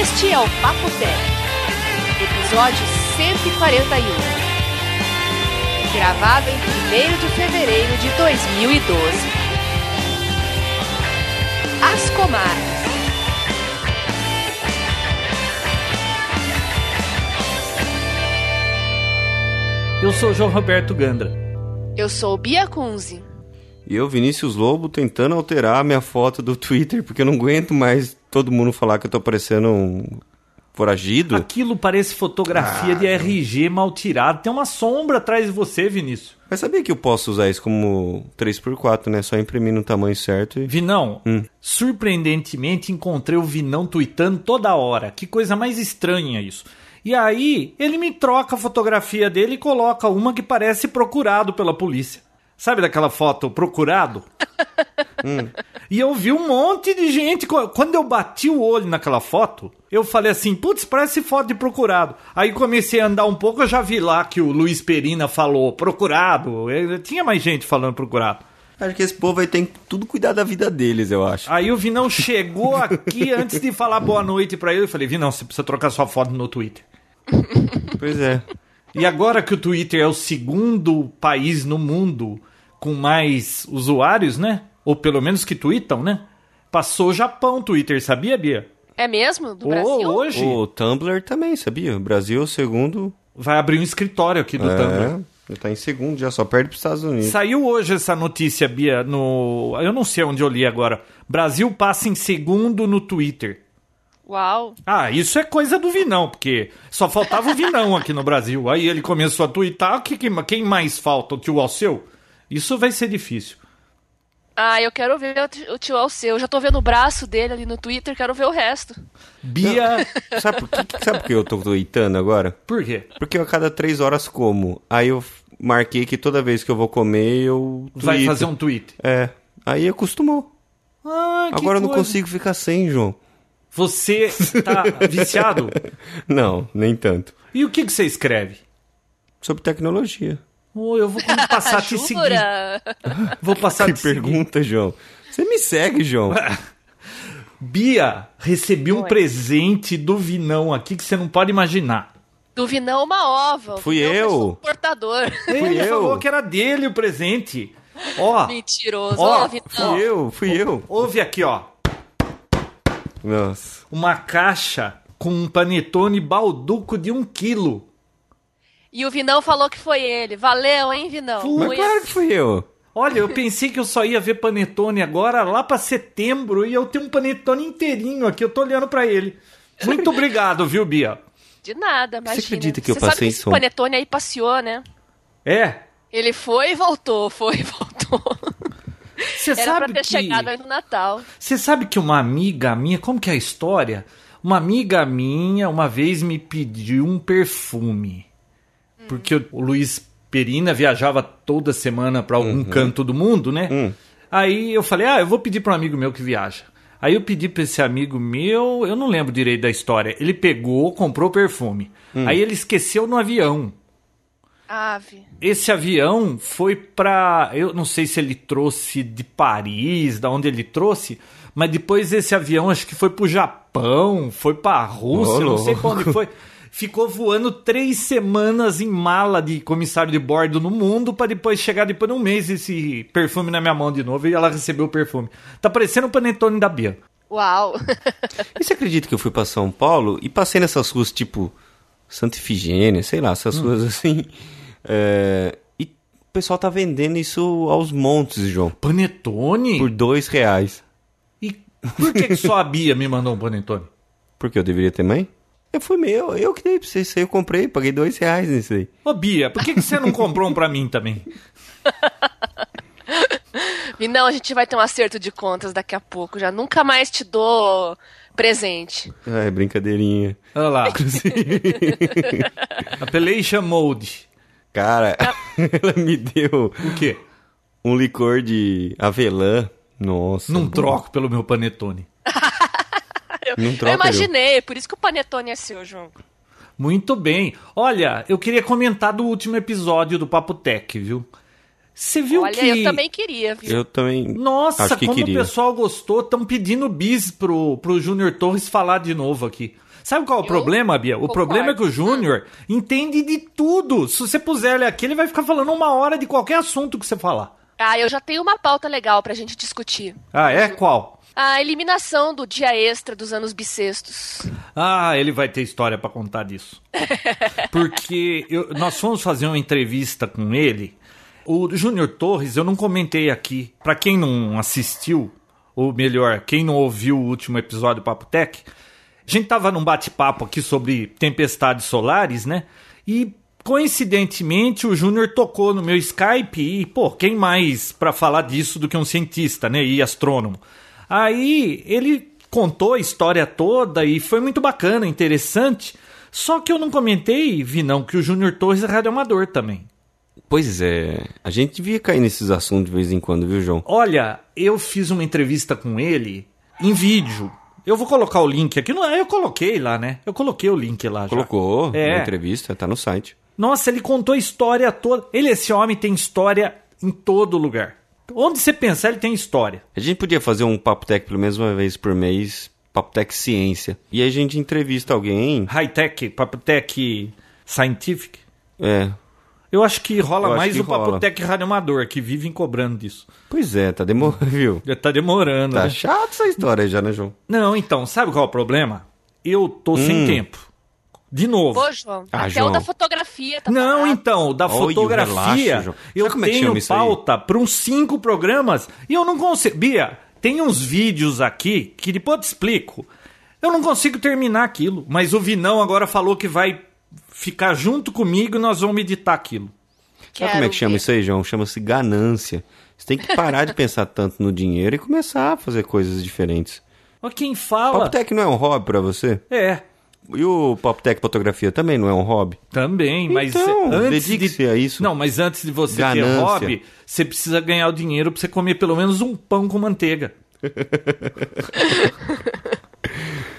Este é o Papo Tech, episódio 141. Gravado em 1 de fevereiro de 2012. As Comarcas. Eu sou João Roberto Gandra. Eu sou Bia Kunze. E eu, Vinícius Lobo, tentando alterar a minha foto do Twitter, porque eu não aguento mais todo mundo falar que eu tô parecendo um foragido. Aquilo parece fotografia de RG mal tirada. Tem uma sombra atrás de você, Vinícius. Mas sabia que eu posso usar isso como 3x4, né? Só imprimir no tamanho certo e. Vinão, Hum. surpreendentemente encontrei o Vinão tweetando toda hora. Que coisa mais estranha isso. E aí, ele me troca a fotografia dele e coloca uma que parece procurado pela polícia. Sabe daquela foto procurado? E eu vi um monte de gente. Co- Quando eu bati o olho naquela foto, eu falei assim: putz, parece foto de procurado. Aí comecei a andar um pouco, eu já vi lá que o Luiz Perina falou procurado. Eh, Tinha mais gente falando procurado. Acho que esse povo aí tem que tudo cuidar da vida deles, eu acho. Aí o Vinão chegou aqui antes de falar boa noite pra ele. Eu falei: Vinão, você precisa trocar sua foto no Twitter. Pois é. E agora que o Twitter é o segundo país no mundo com mais usuários, né? Ou pelo menos que tweetam, né? Passou o Japão o Twitter, sabia, Bia? É mesmo? Do Ô, Brasil? hoje O Tumblr também, sabia? O Brasil é o segundo. vai abrir um escritório aqui do Tumblr. É, tá em segundo já, só perde pros Estados Unidos. Saiu hoje essa notícia, Bia, no. Eu não sei onde eu li agora. Brasil passa em segundo no Twitter. Uau. Ah, isso é coisa do Vinão, porque só faltava o Vinão aqui no Brasil. Aí ele começou a twittar. que- que- Quem mais falta? O tio Alceu? Isso vai ser difícil. Ah, eu quero ver o t- o tio Alceu. Eu já tô vendo o braço dele ali no Twitter, quero ver o resto. Bia. Sabe por, que, sabe por que eu tô tweetando agora? Por quê? Porque eu a cada três horas como. Aí eu f- marquei que toda vez que eu vou comer, eu. Vai tweeto. fazer um tweet. É. Aí acostumou. Ah, que Agora eu não coisa. consigo ficar sem, João. Você tá viciado? Não, nem tanto. E o que, que você escreve? Sobre tecnologia. Oh, eu vou como passar a te seguir. Jura? Vou passar a Que te seguir. pergunta, João. Você me segue, João. Bia, recebi um Oi. presente do Vinão aqui que você não pode imaginar. Do Vinão uma ova. O Fui Vinão eu. foi suportador. Ele eu? falou que era dele o presente. Ó, Mentiroso. Ó, Ó, Vinão. Fui eu, fui eu. houve aqui, ó, Nossa. uma caixa com um panetone balduco de um quilo. E o Vinão falou que foi ele. Valeu, hein, Vinão? Mas Foi- claro que fui eu. Olha, eu pensei que eu só ia ver panetone agora lá pra setembro e eu tenho um panetone inteirinho aqui, eu tô olhando pra ele. Muito obrigado, viu, Bia? De nada, imagina. acredita que eu Você passei sabe que isso? O Panetone aí passeou, né? É. Ele foi e voltou, foi e voltou. Você Era pra sabe ter que chegado aí no Natal. Você sabe que uma amiga minha, como que é a história? Uma amiga minha uma vez me pediu um perfume. Porque o Luiz Perina viajava toda semana pra algum canto do mundo, né? Aí eu falei: "Ah, eu vou pedir pra um amigo meu que viaja". Aí eu pedi pra esse amigo meu, eu não lembro direito da história. Ele pegou, comprou perfume. Aí ele esqueceu no avião Ave. esse avião foi pra. Eu não sei se ele trouxe de Paris, da onde ele trouxe, mas depois esse avião acho que foi pro Japão, foi pra Rússia, Ô, eu não sei pra louco. onde foi. Ficou voando três semanas em mala de comissário de bordo no mundo pra depois chegar depois de um mês esse perfume na minha mão de novo e ela recebeu o perfume. Tá parecendo o panetone da Bia. Uau. E você acredita que eu fui pra São Paulo e passei nessas ruas tipo Santa Ifigênia, sei lá, essas ruas assim. é, e o pessoal tá vendendo isso aos montes, João. Panetone? Por dois reais. E por que, que só a Bia me mandou um panetone? Porque eu deveria ter mãe? Eu fui meu, eu que dei pra vocês, isso aí eu comprei, paguei dois reais nisso aí. Ô Bia, por que, que você não comprou um pra mim também? Vinão, a gente vai ter um acerto de contas daqui a pouco. Já nunca mais te dou presente. Ah, é brincadeirinha. Olha lá. Appellation Mode. Cara, ela me deu O quê? um licor de avelã. Nossa. Não troco pelo meu panetone. Não troca, eu imaginei, por isso que o Panetone é seu, João. Muito bem. Olha, eu queria comentar do último episódio do Papo Tech, viu? Você viu Olha, que... eu também queria, viu? Eu também. Nossa, Acho que como queria. o pessoal gostou, estão pedindo bis pro, pro Júnior Torres falar de novo aqui. Sabe qual é o Eu problema, Bia? O concordo. problema é que o Júnior entende de tudo. Se você puser ele aqui, ele vai ficar falando uma hora de qualquer assunto que você falar. Ah, eu já tenho uma pauta legal pra gente discutir. Ah, é? Qual? A eliminação do dia extra dos anos bissextos. Ah, ele vai ter história pra contar disso. Porque eu- nós fomos fazer uma entrevista com ele. O Júnior Torres, eu não comentei aqui. Pra quem não assistiu, ou melhor, quem não ouviu o último episódio do Papo Tech, a gente tava num bate-papo aqui sobre tempestades solares, né? E coincidentemente o Júnior tocou no meu Skype e, pô, quem mais pra falar disso do que um cientista, né? E astrônomo. Aí ele contou a história toda e foi muito bacana, interessante. Só que eu não comentei, vi não, que o Júnior Torres é radioamador também. Pois é. A gente devia cair nesses assuntos de vez em quando, viu, João? Olha, eu fiz uma entrevista com ele em vídeo. Eu vou colocar o link aqui. Não, eu coloquei lá, né? Eu coloquei o link lá já. Colocou É. na entrevista, tá no site. Nossa, ele contou a história toda. Ele, esse homem, tem história em todo lugar. Onde você pensar, ele tem história. A gente podia fazer um Papo Tech pelo menos uma vez por mês, Papo Tech Ciência. E aí a gente entrevista alguém. High-tech, papotec scientific. É. Eu acho que rola Eu acho mais que o rola. papotec radioamador, que vivem cobrando disso. Pois é, tá demorando, viu? Já tá demorando, Tá né? chato essa história já, né, João? Não, então, sabe qual é o problema? Eu tô Hum. sem tempo. De novo. Ô, João, Ah, até João. o da fotografia tá Não, parado. então, da Olha, fotografia, relaxa, João. eu Sabe como é que tenho chama isso aí? pauta para uns cinco programas e eu não consigo. Bia, tem uns vídeos aqui que depois eu te explico. Eu não consigo terminar aquilo, mas o Vinão agora falou que vai ficar junto comigo e nós vamos meditar aquilo. Sabe como é que chama isso aí, João? Chama-se ganância. Você tem que parar de pensar tanto no dinheiro e começar a fazer coisas diferentes. Mas quem Papo fala. Tech não é um hobby pra você? É, E o Papo Tech Fotografia também não é um hobby? também, mas Então, antes dedique-se de a isso. Não, mas antes de você ter Ganância. hobby, você precisa ganhar o dinheiro para você comer pelo menos um pão com manteiga.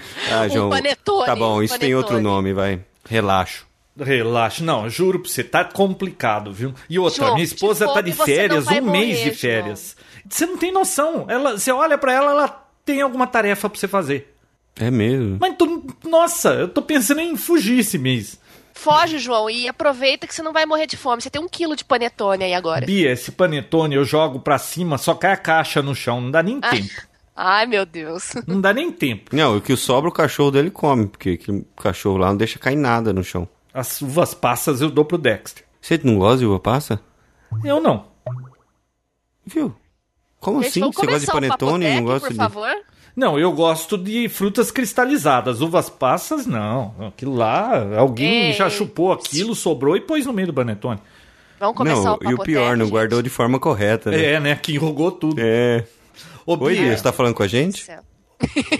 Ah, Um panetone, Tá bom, um isso tem outro panetone. nome, vai. Relaxo. Relaxa, não, juro pra você, tá complicado, viu? E outra, João, minha de esposa tá fome de você não férias, vai um mês morrer, de férias. Você não tem noção. Ela, você olha pra ela, ela tem alguma tarefa pra você fazer. É mesmo. Mas tu, nossa, eu tô pensando em fugir esse mês. Foge, João, e aproveita que você não vai morrer de fome. Você tem um quilo de panetone aí agora. Bia, esse panetone eu jogo pra cima, só cai a caixa no chão, não dá nem Ah. tempo. Ai, meu Deus. Não dá nem tempo. Não, o que sobra o cachorro dele come, porque aquele cachorro lá não deixa cair nada no chão. As uvas passas eu dou pro Dexter. Você não gosta de uva passa? Eu não. Viu? Como Gente, assim? vamos Você gosta de começar o panetone e não Papotec, gosta por de... favor? Não, eu gosto de frutas cristalizadas. Uvas passas, não. Aquilo lá, alguém Ei. já chupou aquilo, sobrou e pôs no meio do panetone. Vamos começar Não, o e Papotec, o pior, não gente? guardou de forma correta, né? É, né? Que enrugou tudo. É. Ô, Oi, Bia, Bia, você tá falando com a gente? Céu.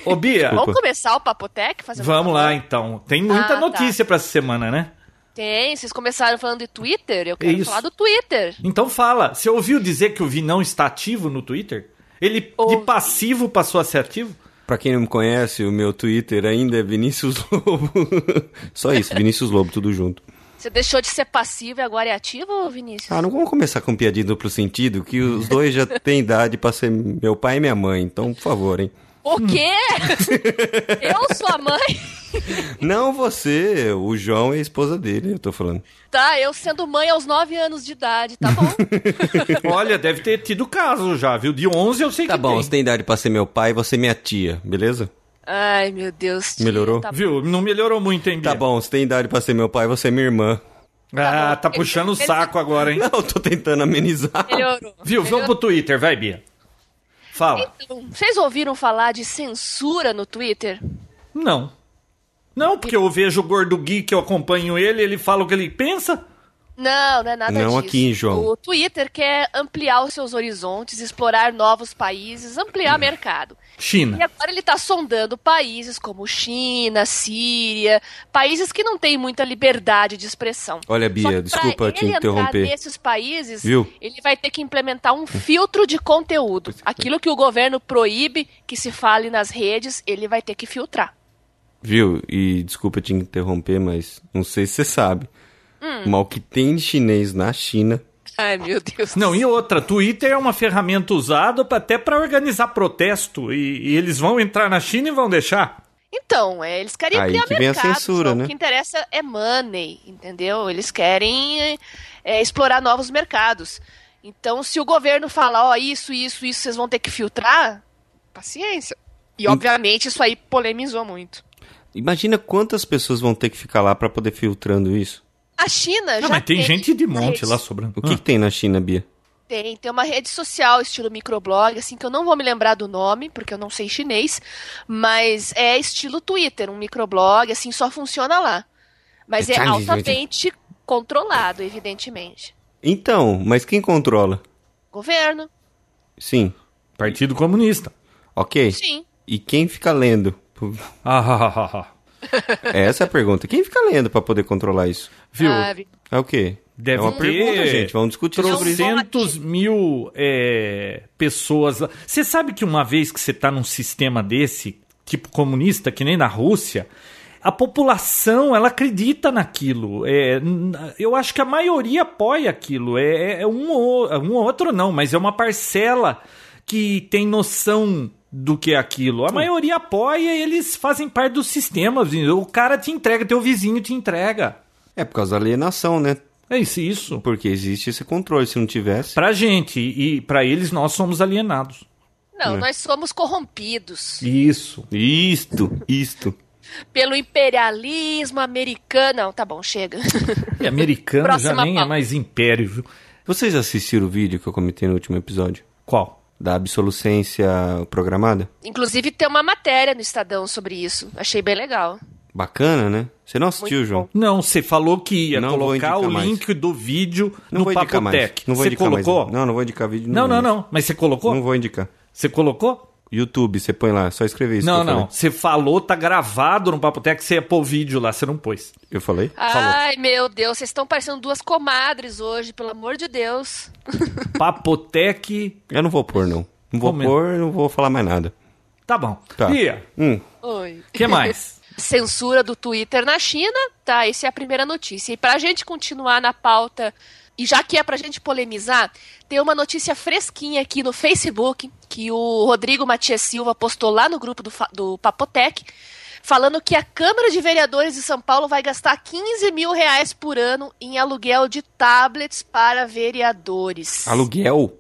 ô, Bia Desculpa. Vamos começar o Papotec? Fazer um vamos lá papotec? então. Tem muita Ah, tá. notícia pra essa semana, né? Tem, vocês começaram falando de Twitter? É Eu quero Isso. falar do Twitter. Então fala. Você ouviu dizer que o Vinão está ativo no Twitter? Ele de Ouvi. passivo passou a ser ativo? Pra quem não me conhece, o meu Twitter ainda é Vinícius Lobo. Só isso, Vinícius Lobo, tudo junto. Você deixou de ser passivo e agora é ativo, Vinícius? Ah, não vamos começar com piadinha duplo sentido, que os dois já têm idade pra ser meu pai e minha mãe, então, por favor, hein? O quê? eu, sua mãe? Não você, o João e a esposa dele, eu tô falando. Tá, eu sendo mãe aos 9 anos de idade, tá bom? Olha, deve ter tido caso já, viu? De 11 eu sei Tá que bom, você tem. tem idade pra ser meu pai e você é minha tia, beleza? Ai, meu Deus. tio, Melhorou? Tá, Viu? Não melhorou muito, hein, Bia? Tá bom, você tem idade pra ser meu pai e você é minha irmã. Ah, bom. tá puxando o saco agora, hein? Não, eu tô tentando amenizar. melhorou. Viu? Vamos pro Twitter, vai, Bia. Fala. Então, vocês ouviram falar de censura no Twitter? Não. Não, porque eu vejo o Gordo Gui, que eu acompanho ele, ele fala o que ele pensa. Não, não é nada Não disso. aqui, João. O Twitter quer ampliar os seus horizontes, explorar novos países, Hum. ampliar mercado. China. E agora ele está sondando países como China, Síria, países que não têm muita liberdade de expressão. Olha, Só que Bia, pra desculpa te ele entrar interromper. Nesses países, Viu? é. ele vai ter que implementar um filtro de conteúdo. Aquilo que o governo proíbe que se fale nas redes, ele vai ter que filtrar. Viu? E desculpa te interromper, mas não sei se você sabe. Mal que tem de chinês na China Ai, meu Deus. Não, e outra, Twitter é uma ferramenta usada pra- até para organizar protesto. E, e eles vão entrar na China e vão deixar. Então, é, eles querem Aí criar que vem a mercado, censura, João. né? O que interessa é money, entendeu? Eles querem é, é, explorar novos mercados. Então, se o governo falar, ó, isso, isso, isso, vocês vão ter que filtrar, paciência. Hum. E, obviamente, isso aí polemizou muito. Imagina quantas pessoas vão ter que ficar lá pra poder filtrando isso. A China já Ah, mas tem gente de monte redes. lá sobrando. Ah, O que, que tem na China, Bia? Tem, tem uma rede social estilo microblog, assim, que eu não vou me lembrar do nome, porque eu não sei chinês, mas é estilo Twitter, um microblog, assim, só funciona lá. Mas é Chinese, altamente controlado, evidentemente. Então, mas quem controla? Governo, Sim, Ah, Partido Comunista. ok. sim. E quem fica lendo? Ah, ah, ah, ah, ah. Essa é a pergunta. Quem fica lendo pra poder controlar isso? Viu? sabe? É o quê? Deve é uma ter pergunta, gente. Vamos discutir sobre isso. trocentos mil é, pessoas lá. Você sabe que uma vez que você está num sistema desse, tipo comunista, que nem na Rússia, a população ela acredita naquilo. É, n- eu acho que a maioria apoia aquilo. É, é- é um, ou, é um ou outro não, mas é uma parcela que tem noção do que é aquilo. A maioria apoia e eles fazem parte do sistema. O cara te entrega, teu vizinho te entrega. É por causa da alienação, né? É isso, isso. Porque existe esse controle. Se não tivesse. Pra gente e pra eles nós somos alienados. Não, nós somos corrompidos Isso. Isto, isto. pelo imperialismo americano. Não, tá bom, chega. E americano já Próxima nem é pauta. mais império, viu? Vocês assistiram o vídeo que eu comentei no último episódio? Qual? Da absolucência programada? Inclusive, tem uma matéria no Estadão sobre isso. Achei bem legal. Bacana, né? Você não assistiu, Muito João? Não, você falou que ia Não vou colocar o indicar mais. link do vídeo Não no vou indicar mais. Papotec. Não vou Você indicar colocou? mais. Não, não vou indicar vídeo. não, não, nenhum. não. Mas você colocou? Não vou indicar. Você colocou? YouTube, você põe lá, é só escrever isso. que não, eu não. Falei. Você falou, tá gravado no Papotec, você ia pôr o vídeo lá, você não pôs. Eu falei? Ai, meu Deus, vocês estão parecendo duas comadres hoje, pelo amor de Deus. Papotec. Eu não vou pôr, não. Não vou Como é? pôr, não vou falar mais nada. Tá bom. Tá. Bia, Hum, Oi. o que mais? Censura do Twitter na China, tá? Essa é a primeira notícia. E pra gente continuar na pauta, e já que é pra gente polemizar, tem uma notícia fresquinha aqui no Facebook que o Rodrigo Matias Silva postou lá no grupo do, fa- do Papotec, falando que a Câmara de Vereadores de São Paulo vai gastar 15 mil reais por ano em aluguel de tablets para vereadores. aluguel?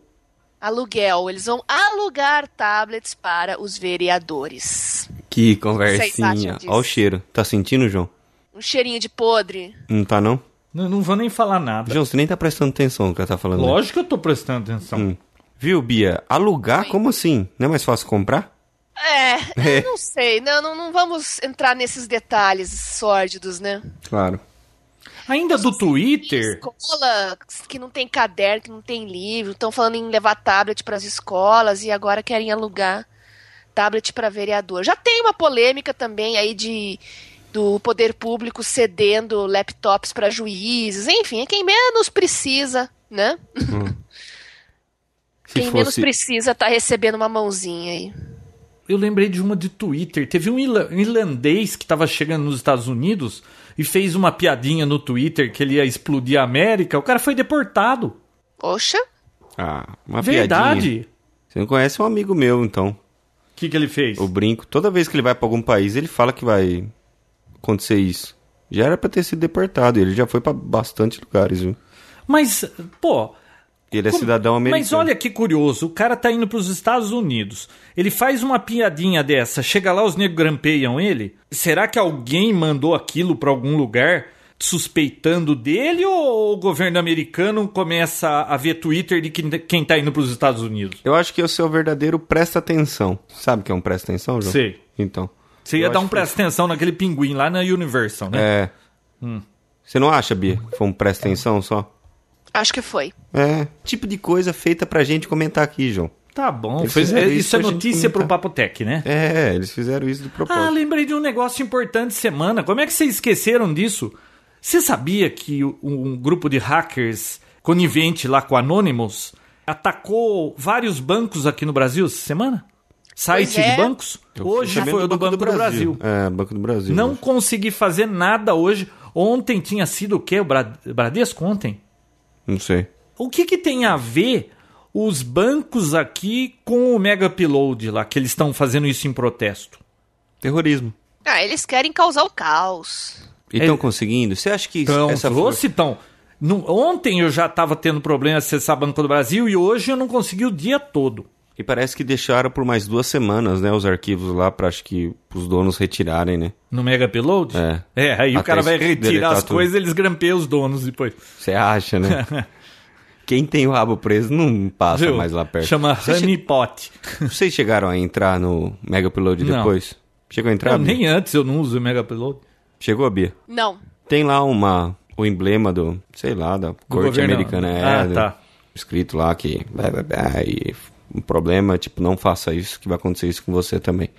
aluguel. Eles vão alugar tablets para os vereadores. Que acham conversinha. disso? Ó o cheiro. Tá sentindo, João? Um cheirinho de podre. Não tá, não? Não, não vou nem falar nada. João, você nem tá prestando atenção no que ela tá falando. né? Lógico que eu tô prestando atenção. Hum. Viu, Bia? Alugar, como assim? Não é mais fácil comprar? É, eu não sei. Não, não, não vamos entrar nesses detalhes sórdidos, né? Claro. Ainda do Twitter. Escola que não tem caderno, que não tem livro, estão falando em levar tablet para as escolas e agora querem alugar tablet para vereador. Já tem uma polêmica também aí de do poder público cedendo laptops para juízes, enfim, é quem menos precisa, né? Se Quem menos fosse- precisa tá recebendo uma mãozinha aí. Eu lembrei de uma de Twitter. Teve um ila- um irlandês que estava chegando nos Estados Unidos e fez uma piadinha no Twitter que ele ia explodir a América. O cara foi deportado. Poxa, Ah, uma piadinha. Verdade. Você não conhece um amigo meu, então. O que, que ele fez? O Brinco, toda vez que ele vai pra algum país, ele fala que vai acontecer isso. Já era pra ter sido deportado, ele já foi pra bastante lugares, viu? Mas, pô. E ele é como- cidadão americano. Mas olha que curioso. O cara tá indo para os Estados Unidos. Ele faz uma piadinha dessa. Chega lá, os negros grampeiam ele. Será que alguém mandou aquilo para algum lugar? Suspeitando dele ou o governo americano começa a ver Twitter de quem- quem tá indo para os Estados Unidos? Eu acho que esse é o verdadeiro presta atenção. Sabe o que é um presta atenção, João? Sei. Então. Você Eu ia dar acho um que- presta atenção naquele pinguim lá na Universal, né? É. Você não acha, Bia? que Foi um presta atenção só? acho que foi. É. Tipo de coisa feita pra gente comentar aqui, João. Tá bom. Eles Fez- fizeram isso, isso é pra gente notícia pro comentar. Papotec, né? É, eles fizeram isso de Ah, propósito. lembrei de um negócio importante semana. Como é que vocês esqueceram disso? Você sabia que o- um grupo de hackers conivente lá com Anonymous atacou vários bancos aqui no Brasil essa semana? Site é. de bancos? Eu fiquei Ah, Hoje sabendo foi o do Banco do Brasil. É, Banco do Brasil. Não João. consegui fazer nada hoje. Ontem tinha sido o quê? O Bra- Bradesco ontem? Não sei. o que, que tem a ver os bancos aqui com o Mega Upload lá, que eles estão fazendo isso em protesto? Terrorismo. Ah, eles querem causar o caos. E estão É- conseguindo? Você acha que isso- Então, essa trouxe, então. Não- ontem eu já estava tendo problema de acessar Banco do Brasil e hoje eu não consegui o dia todo. E parece que deixaram por mais duas semanas, né, os arquivos lá para acho que os donos retirarem, né? No Mega Upload? É. aí o Até cara vai isso deletar retirar as tudo. coisas eles grampeiam os donos depois. Você acha, né? Quem tem o rabo preso não passa Viu? mais lá perto. Chama Vocês che- Honeypot. Vocês chegaram a entrar no Mega Upload Não. depois? Chegou a entrar? Eu Bia? nem antes eu não uso o Mega Upload. Chegou, Bia? Não. Tem lá uma o emblema do, sei lá, da corte governo. americana. É, Ah, do- tá. Escrito lá que blá, blá, blá, e um problema, tipo, não faça isso que vai acontecer isso com você também.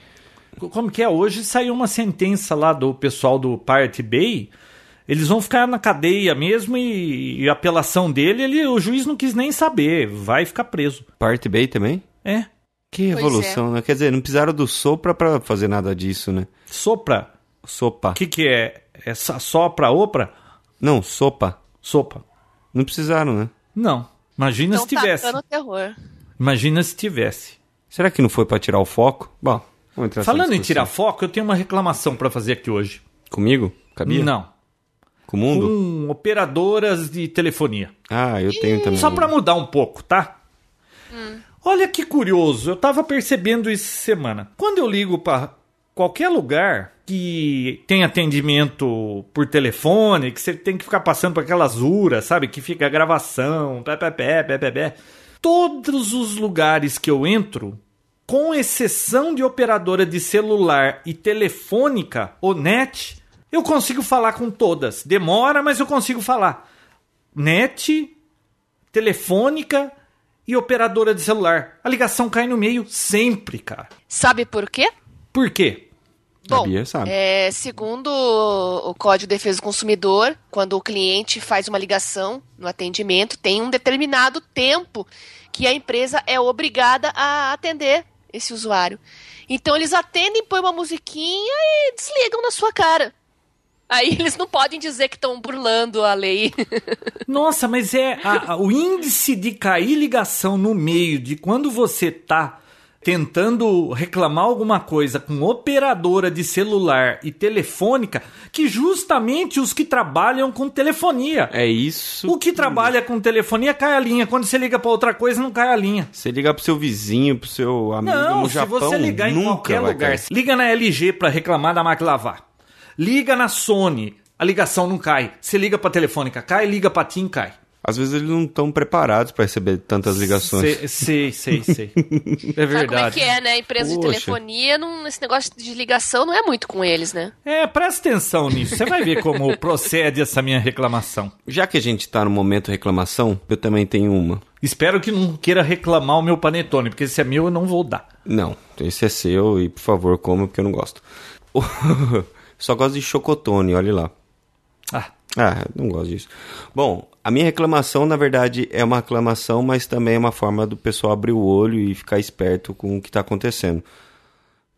Como que é? Hoje saiu uma sentença lá do pessoal do Pirate Bay. Eles vão ficar na cadeia mesmo e, e a apelação dele, ele, o juiz não quis nem saber. Vai ficar preso. Parte B também? É. Que Pois revolução, né? Quer dizer, não precisaram do sopra pra fazer nada disso, né? Sopra. Sopa. O que, que é? É sa- sopra, opra? Não, sopa. Sopa. Não precisaram, né? Não. Imagina Estão se tivesse. tacando Então tá, terror. Imagina se tivesse. Será que não foi pra tirar o foco? Bom, vamos entrar nessa Falando em discussão. tirar foco, eu tenho uma reclamação pra fazer aqui hoje. Comigo? Cabia? Não. Com o mundo? Com operadoras de telefonia. Ah, eu tenho também. Só pra mudar um pouco, tá? Olha que curioso, eu tava percebendo isso semana. Quando eu ligo pra qualquer lugar que tem atendimento por telefone, que você tem que ficar passando por aquelas URA, sabe? Que fica a gravação, pé, pé, pé, pé, pé, pé. Todos os lugares que eu entro, com exceção de operadora de celular e telefônica, ou net, eu consigo falar com todas. Demora, mas eu consigo falar. Net, telefônica e operadora de celular. A ligação cai no meio sempre, cara. Sabe por quê? Por quê? Bom, Sabia, sabe. é, segundo o Código de Defesa do Consumidor, quando o cliente faz uma ligação no atendimento, tem um determinado tempo que a empresa é obrigada a atender esse usuário. Então eles atendem, põem uma musiquinha e desligam na sua cara. Aí eles não podem dizer que estão burlando a lei. Nossa, mas é a- a- o índice de cair ligação no meio de quando você tá tentando reclamar alguma coisa com operadora de celular e telefônica, que justamente os que trabalham com telefonia. É isso. O que trabalha com telefonia cai a linha. Quando você liga pra outra coisa, não cai a linha. Você ligar pro seu vizinho, pro seu amigo Não, no se Japão, você ligar em nunca qualquer vai lugar, cair. liga na LG pra reclamar da máquina lavar. Liga na Sony, a ligação não cai. Você liga pra telefônica, cai, liga pra TIM, cai. Às vezes eles não estão preparados pra receber tantas ligações. Sei, sei, sei, sei. Sabe como é É verdade. que é, né? Empresa de Poxa. telefonia, não- esse negócio de ligação não é muito com eles, né? É, presta atenção nisso. Você vai ver como procede essa minha reclamação. Já que a gente tá no momento reclamação, eu também tenho uma. Espero que não queira reclamar o meu panetone, porque se é meu eu não vou dar. Não, esse é seu e por favor coma porque eu não gosto. Só gosto de chocotone, olha lá. Ah, Ah, não gosto disso. Bom, a minha reclamação, na verdade, é uma reclamação, mas também é uma forma do pessoal abrir o olho e ficar esperto com o que está acontecendo.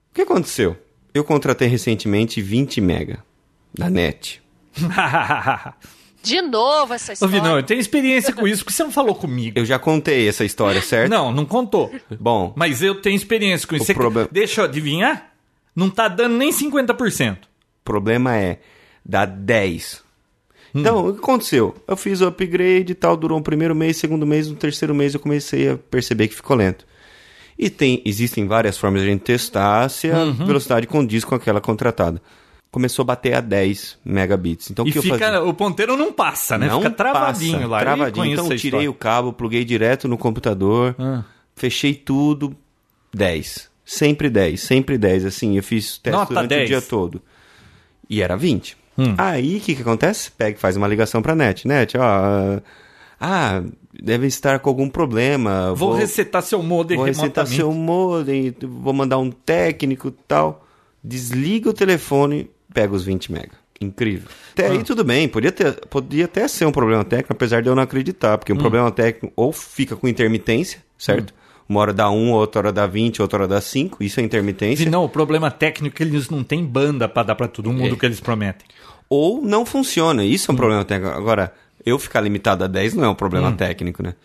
O que aconteceu? Eu contratei recentemente 20 mega da net. De novo essa Ô, história. Vinão, eu tenho experiência com isso, porque você não falou comigo. Eu já contei essa história, certo? Não, não contou. Bom, Mas eu tenho experiência com isso. Você- problema- Deixa eu adivinhar? Não tá dando nem 50%. O problema é dá 10. Hum. Então, o que aconteceu? Eu fiz o upgrade e tal, durou um primeiro mês, segundo mês, no terceiro mês eu comecei a perceber que ficou lento. E tem, existem várias formas de a gente testar se a Uhum. velocidade condiz com aquela contratada. Começou a bater a 10 megabits. Então, o e que eu fica, fazia? o ponteiro não passa, né? Não fica travadinho passa, lá. Travadinho. Então, eu tirei o cabo, pluguei direto no computador, Ah. fechei tudo, 10. Sempre 10, sempre 10. Assim, eu fiz teste Nota Hum. durante 10. o dia todo. E era 20. Aí, o que, que acontece? Pega e faz uma ligação pra net. Net, ó... Ah, deve estar com algum problema. Vou, resetar seu modem Vou resetar remotamente. seu modem, vou mandar um técnico e tal. Desliga o telefone, pega os 20 mega. Incrível. Até Ah. aí tudo bem, podia, ter, podia até ser um problema técnico, apesar de eu não acreditar, Hum. porque um problema técnico ou fica com intermitência, certo? Uma hora dá 1, outra hora dá 20, outra hora dá 5, isso é intermitência. E não, o problema técnico é que eles não têm É. banda pra dar pra todo mundo o que eles prometem. Hum. Ou não funciona, isso é um problema técnico. Agora, eu ficar limitado a 10 não é um problema técnico, né?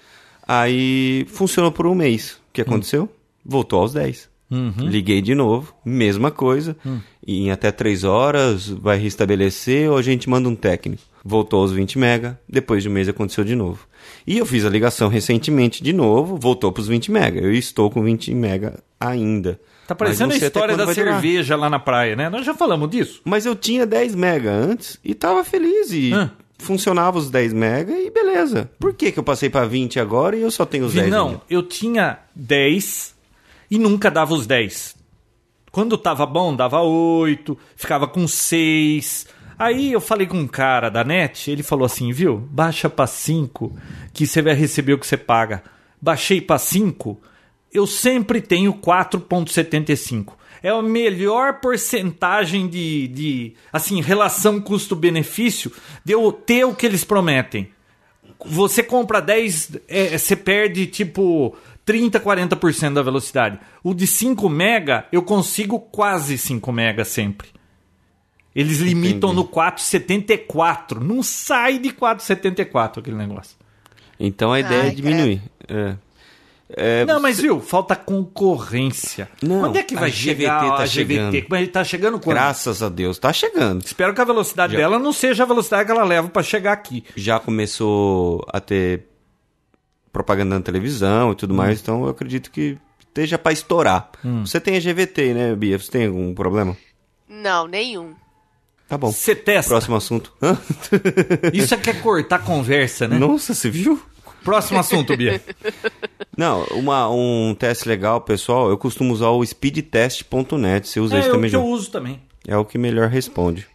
Aí funcionou por um mês. O que Hum. aconteceu? Voltou aos 10. Uhum. Liguei de novo, mesma coisa. Hum. E em até 3 horas vai restabelecer ou a gente manda um técnico. Voltou aos 20 mega, depois de um mês aconteceu de novo. E eu fiz a ligação recentemente de novo, voltou para os 20 mega. Eu estou com 20 mega ainda. Tá Mas não parecendo a sei até história quando da vai durar. cerveja lá na praia, né? Nós já falamos disso. Mas eu tinha 10 mega antes e tava feliz e Ah. funcionava os 10 mega e beleza. Por que que eu passei pra 20 agora e eu só tenho os 10? não, ainda? eu tinha 10 e nunca dava os 10. Quando tava bom, dava 8, ficava com 6. Aí eu falei com um cara da net, ele falou assim, viu? Baixa pra 5 que você vai receber o que você paga. Baixei pra 5, eu sempre tenho 4.75. É a melhor porcentagem de, de assim, relação custo-benefício de eu ter o que eles prometem você compra 10, é, você perde tipo 30, 40% da velocidade. O de 5 mega, eu consigo quase 5 mega sempre. Eles limitam no 474. Não sai de 474 aquele negócio. Então a ideia Ai, é diminuir. É. É, não, mas viu, falta concorrência. Não, quando é que a vai GVT chegar tá a GVT? chegando. Mas ele tá chegando quando? Graças a Deus, tá chegando. Espero que a velocidade dela não seja a velocidade que ela leva pra chegar aqui. Já começou a ter propaganda na televisão e Hum. tudo mais, então eu acredito que esteja pra estourar. Você tem a GVT, né, Bia? Você tem algum problema? Não, nenhum. Tá bom. Você testa. Próximo assunto. Hã? Né? Isso é que é cortar conversa, né? Nossa, você viu? Próximo assunto, Bia. Não, uma- um teste legal, pessoal, eu costumo usar o speedtest.net. Você usa É, isso o também, que eu João? uso também. É o que melhor responde.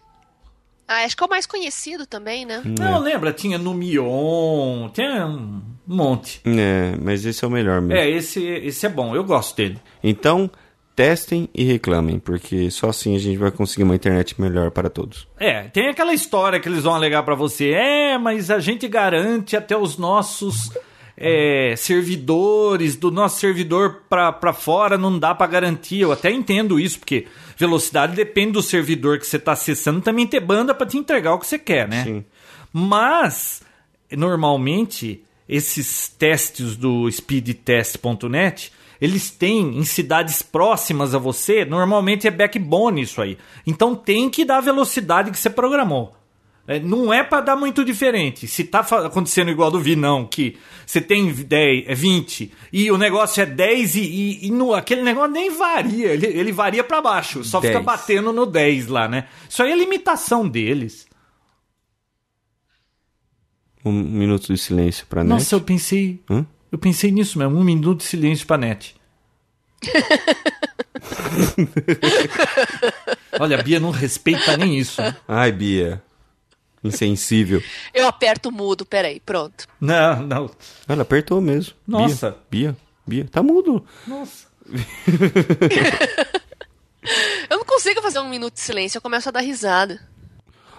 Ah, acho que é o mais conhecido também, né? É. Não, lembra? Tinha no Mion, tinha um monte. É, mas esse é o melhor mesmo. É, esse, esse é bom, eu gosto dele. Então, testem e reclamem, porque só assim a gente vai conseguir uma internet melhor para todos. É, tem aquela história que eles vão alegar pra você. É, mas a gente garante até os nossos é, servidores, do nosso servidor pra, pra fora, não dá pra garantir. Eu até entendo isso, porque velocidade depende do servidor que você tá acessando também ter banda pra te entregar o que você quer, né? Sim. Mas, normalmente, esses testes do speedtest.net, eles têm em cidades próximas a você, normalmente é backbone isso aí. Então tem que dar a velocidade que você programou. É, não é para dar muito diferente. Se tá fa- acontecendo igual do Vi, não, que você tem 10, é 20 e o negócio é 10 e, e- e no- aquele negócio nem varia, ele, ele varia para baixo, só fica 10. batendo no 10 lá, né? Isso aí é limitação deles. Um minuto de silêncio para nós. Nossa, eu pensei. Hã? Eu pensei nisso mesmo. Um minuto de silêncio pra net. Olha, a Bia não respeita nem isso. né? Ai, Bia. Insensível. Eu aperto o mudo, peraí, pronto. Não, não. Ela apertou mesmo. Bia, Nossa. Bia, Bia. Tá mudo. Nossa. Eu não consigo fazer um minuto de silêncio, eu começo a dar risada.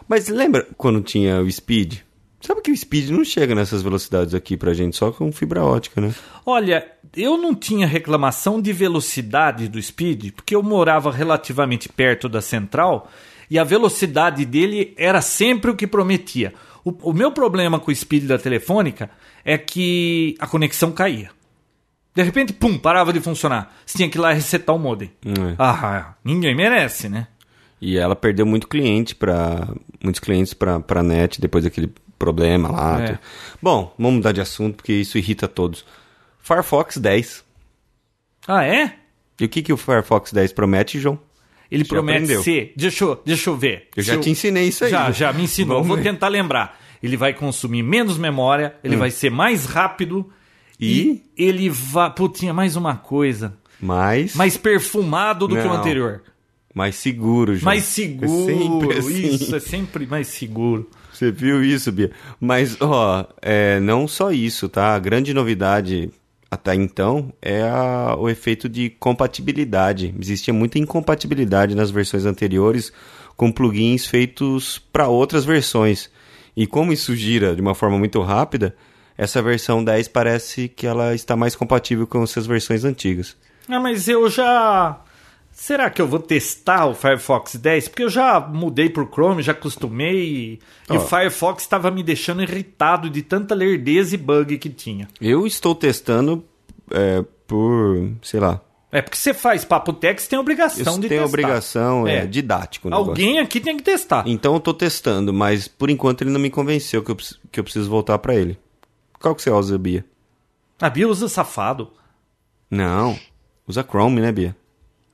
Mas lembra quando tinha o Speed? Sabe que o Speed não chega nessas velocidades aqui pra gente, só com fibra ótica, né? Olha, eu não tinha reclamação de velocidade do Speed, porque eu morava relativamente perto da central e a velocidade dele era sempre o que prometia. O, o meu problema com o Speed da telefônica é que a conexão caía. De repente, pum, parava de funcionar. Você tinha que ir lá resetar o modem. É. Ah, ninguém merece, né? E ela perdeu muito cliente para muitos clientes para para net depois daquele problema lá. É. tudo. Bom, vamos mudar de assunto porque isso irrita todos. Firefox 10. Ah, é? E o que que o Firefox 10 promete, João? Ele Já promete aprendeu. ser. Deixa eu, deixa eu ver. Eu já Se te ensinei isso aí. Já, João. já me ensinou. Vamos Vou ver. Hum. tentar lembrar. Ele vai consumir menos memória, ele vai ser mais rápido E? ele vai. Putz, tinha mais uma coisa. Mas mais, Mais perfumado do que o Não. anterior. seguro, João. Mais É seguro. sempre assim. Isso, é sempre mais seguro. Você viu isso, Bia? Mas, ó, é, não só isso, tá? A grande novidade até então é a- o efeito de compatibilidade. Existia muita incompatibilidade nas versões anteriores com plugins feitos para outras versões. E como isso gira de uma forma muito rápida, essa versão 10 parece que ela está mais compatível com essas versões antigas. Ah, mas eu já. será que eu vou testar o Firefox 10? Porque eu já mudei pro Chrome, já acostumei e, e Ó. o Firefox estava me deixando irritado de tanta lerdeza e bug que tinha. Eu estou testando é, por, sei lá, É porque você faz papo tech, você tem obrigação eu de tenho testar. obrigação, é, É. didático o negócio. Alguém aqui tem que testar. Então eu tô testando, mas por enquanto ele não me convenceu que eu, preci- que eu preciso voltar pra ele. Qual que você usa, Bia? A Bia usa safado. Não, usa Chrome, né, Bia?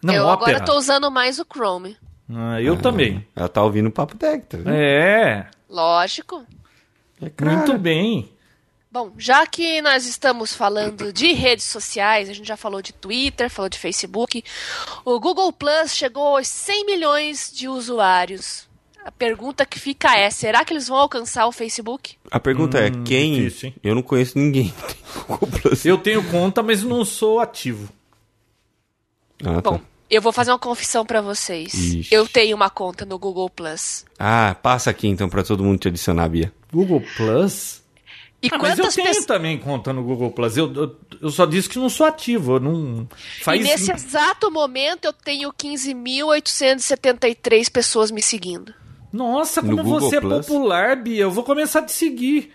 Não, eu Opera. agora tô usando mais o Chrome. Ah, eu também. Ela tá ouvindo o Papo Tech, tá vendo? É, Lógico. É, muito bem. Bom, já que nós estamos falando de redes sociais, a gente já falou de Twitter, falou de Facebook, o Google Plus chegou aos 100 milhões de usuários. A pergunta que fica é: será que eles vão alcançar o Facebook? A pergunta é, quem... Hum, difícil, hein? eu não conheço ninguém que tem Google Plus. Eu tenho conta, mas não sou ativo. Ah, tá. Bom, eu vou fazer uma confissão pra vocês. Ixi. Eu tenho uma conta no Google Plus. ah, passa aqui então pra todo mundo te adicionar, Bia. Google Plus? E Ah, mas eu quantas tenho pessoas. também conta no Google Plus. Eu, eu, eu só disse que não sou ativo. Eu não. E Faz. nesse exato momento eu tenho 15.873 pessoas me seguindo. Nossa, No como Google você é Plus? popular, Bia. Eu vou começar a te seguir.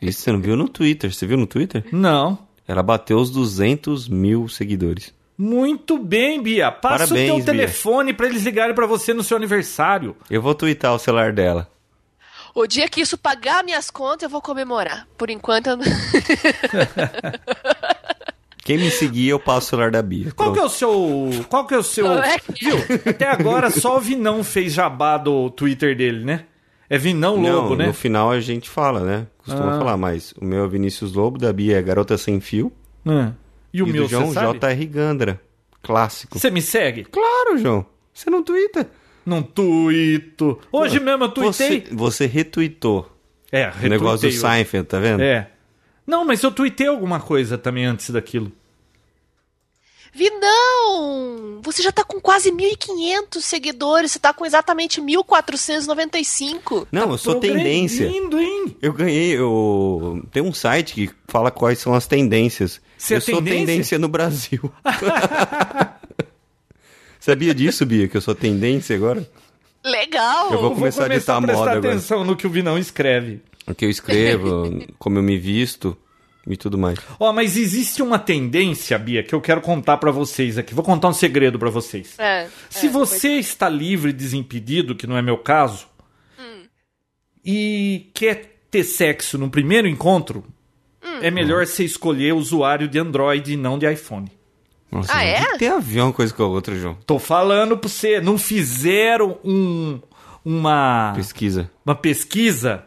Isso você não viu no Twitter, você viu no Twitter? Não. Ela bateu os 200 mil seguidores. Muito bem, Bia. Passa Parabéns, o Bia. teu telefone pra eles ligarem pra você no seu aniversário. Eu vou twittar o celular dela. O dia que isso pagar minhas contas, eu vou comemorar. Por enquanto, eu não... Quem me seguir, eu passo o celular da Bia. Qual Pronto. que é o seu. Qual que é o seu. Não é que- Viu? Até agora só o Vinão fez jabá do Twitter dele, né? É Vinão Lobo, Não, né? no final a gente fala, né? Costuma Ah. falar, mas o meu é Vinícius Lobo, da Bia é Garota Sem Fio. Ah. E o do meu, João você sabe? J.R. Gandra. Clássico. Você me segue? Claro, João. Você não twitta. Não tuito. Hoje mesmo eu tuitei. Você, você retweetou É, o negócio retuitei do hoje. Seinfeld, tá vendo? É. Não, mas eu tuitei alguma coisa também antes daquilo. Vi, não! Você já tá com quase 1.500 seguidores, você tá com exatamente 1.495. Não, Tá, eu sou tendência. Progredindo, hein? Eu ganhei. Eu... Tem um site que fala quais são as tendências. Você é eu sou tendência? tendência no Brasil. Sabia disso, Bia, que eu sou tendência agora? Legal! Eu vou Eu começar a ditar a a prestar moda agora. atenção no que o Vinão escreve. O que eu escrevo, como eu me visto e tudo mais. Ó, mas existe uma tendência, Bia, que eu quero contar pra vocês aqui. Vou contar um segredo pra vocês. É, Se é, você está livre e desimpedido, que não é meu caso, Hum. e quer ter sexo no primeiro encontro, Hum. é melhor você escolher usuário de Android e não de iPhone. Nossa, Ah, mas o que é? tem a ver uma coisa com a outra, João? Tô falando pra você, não fizeram um, uma, Pesquisa. uma pesquisa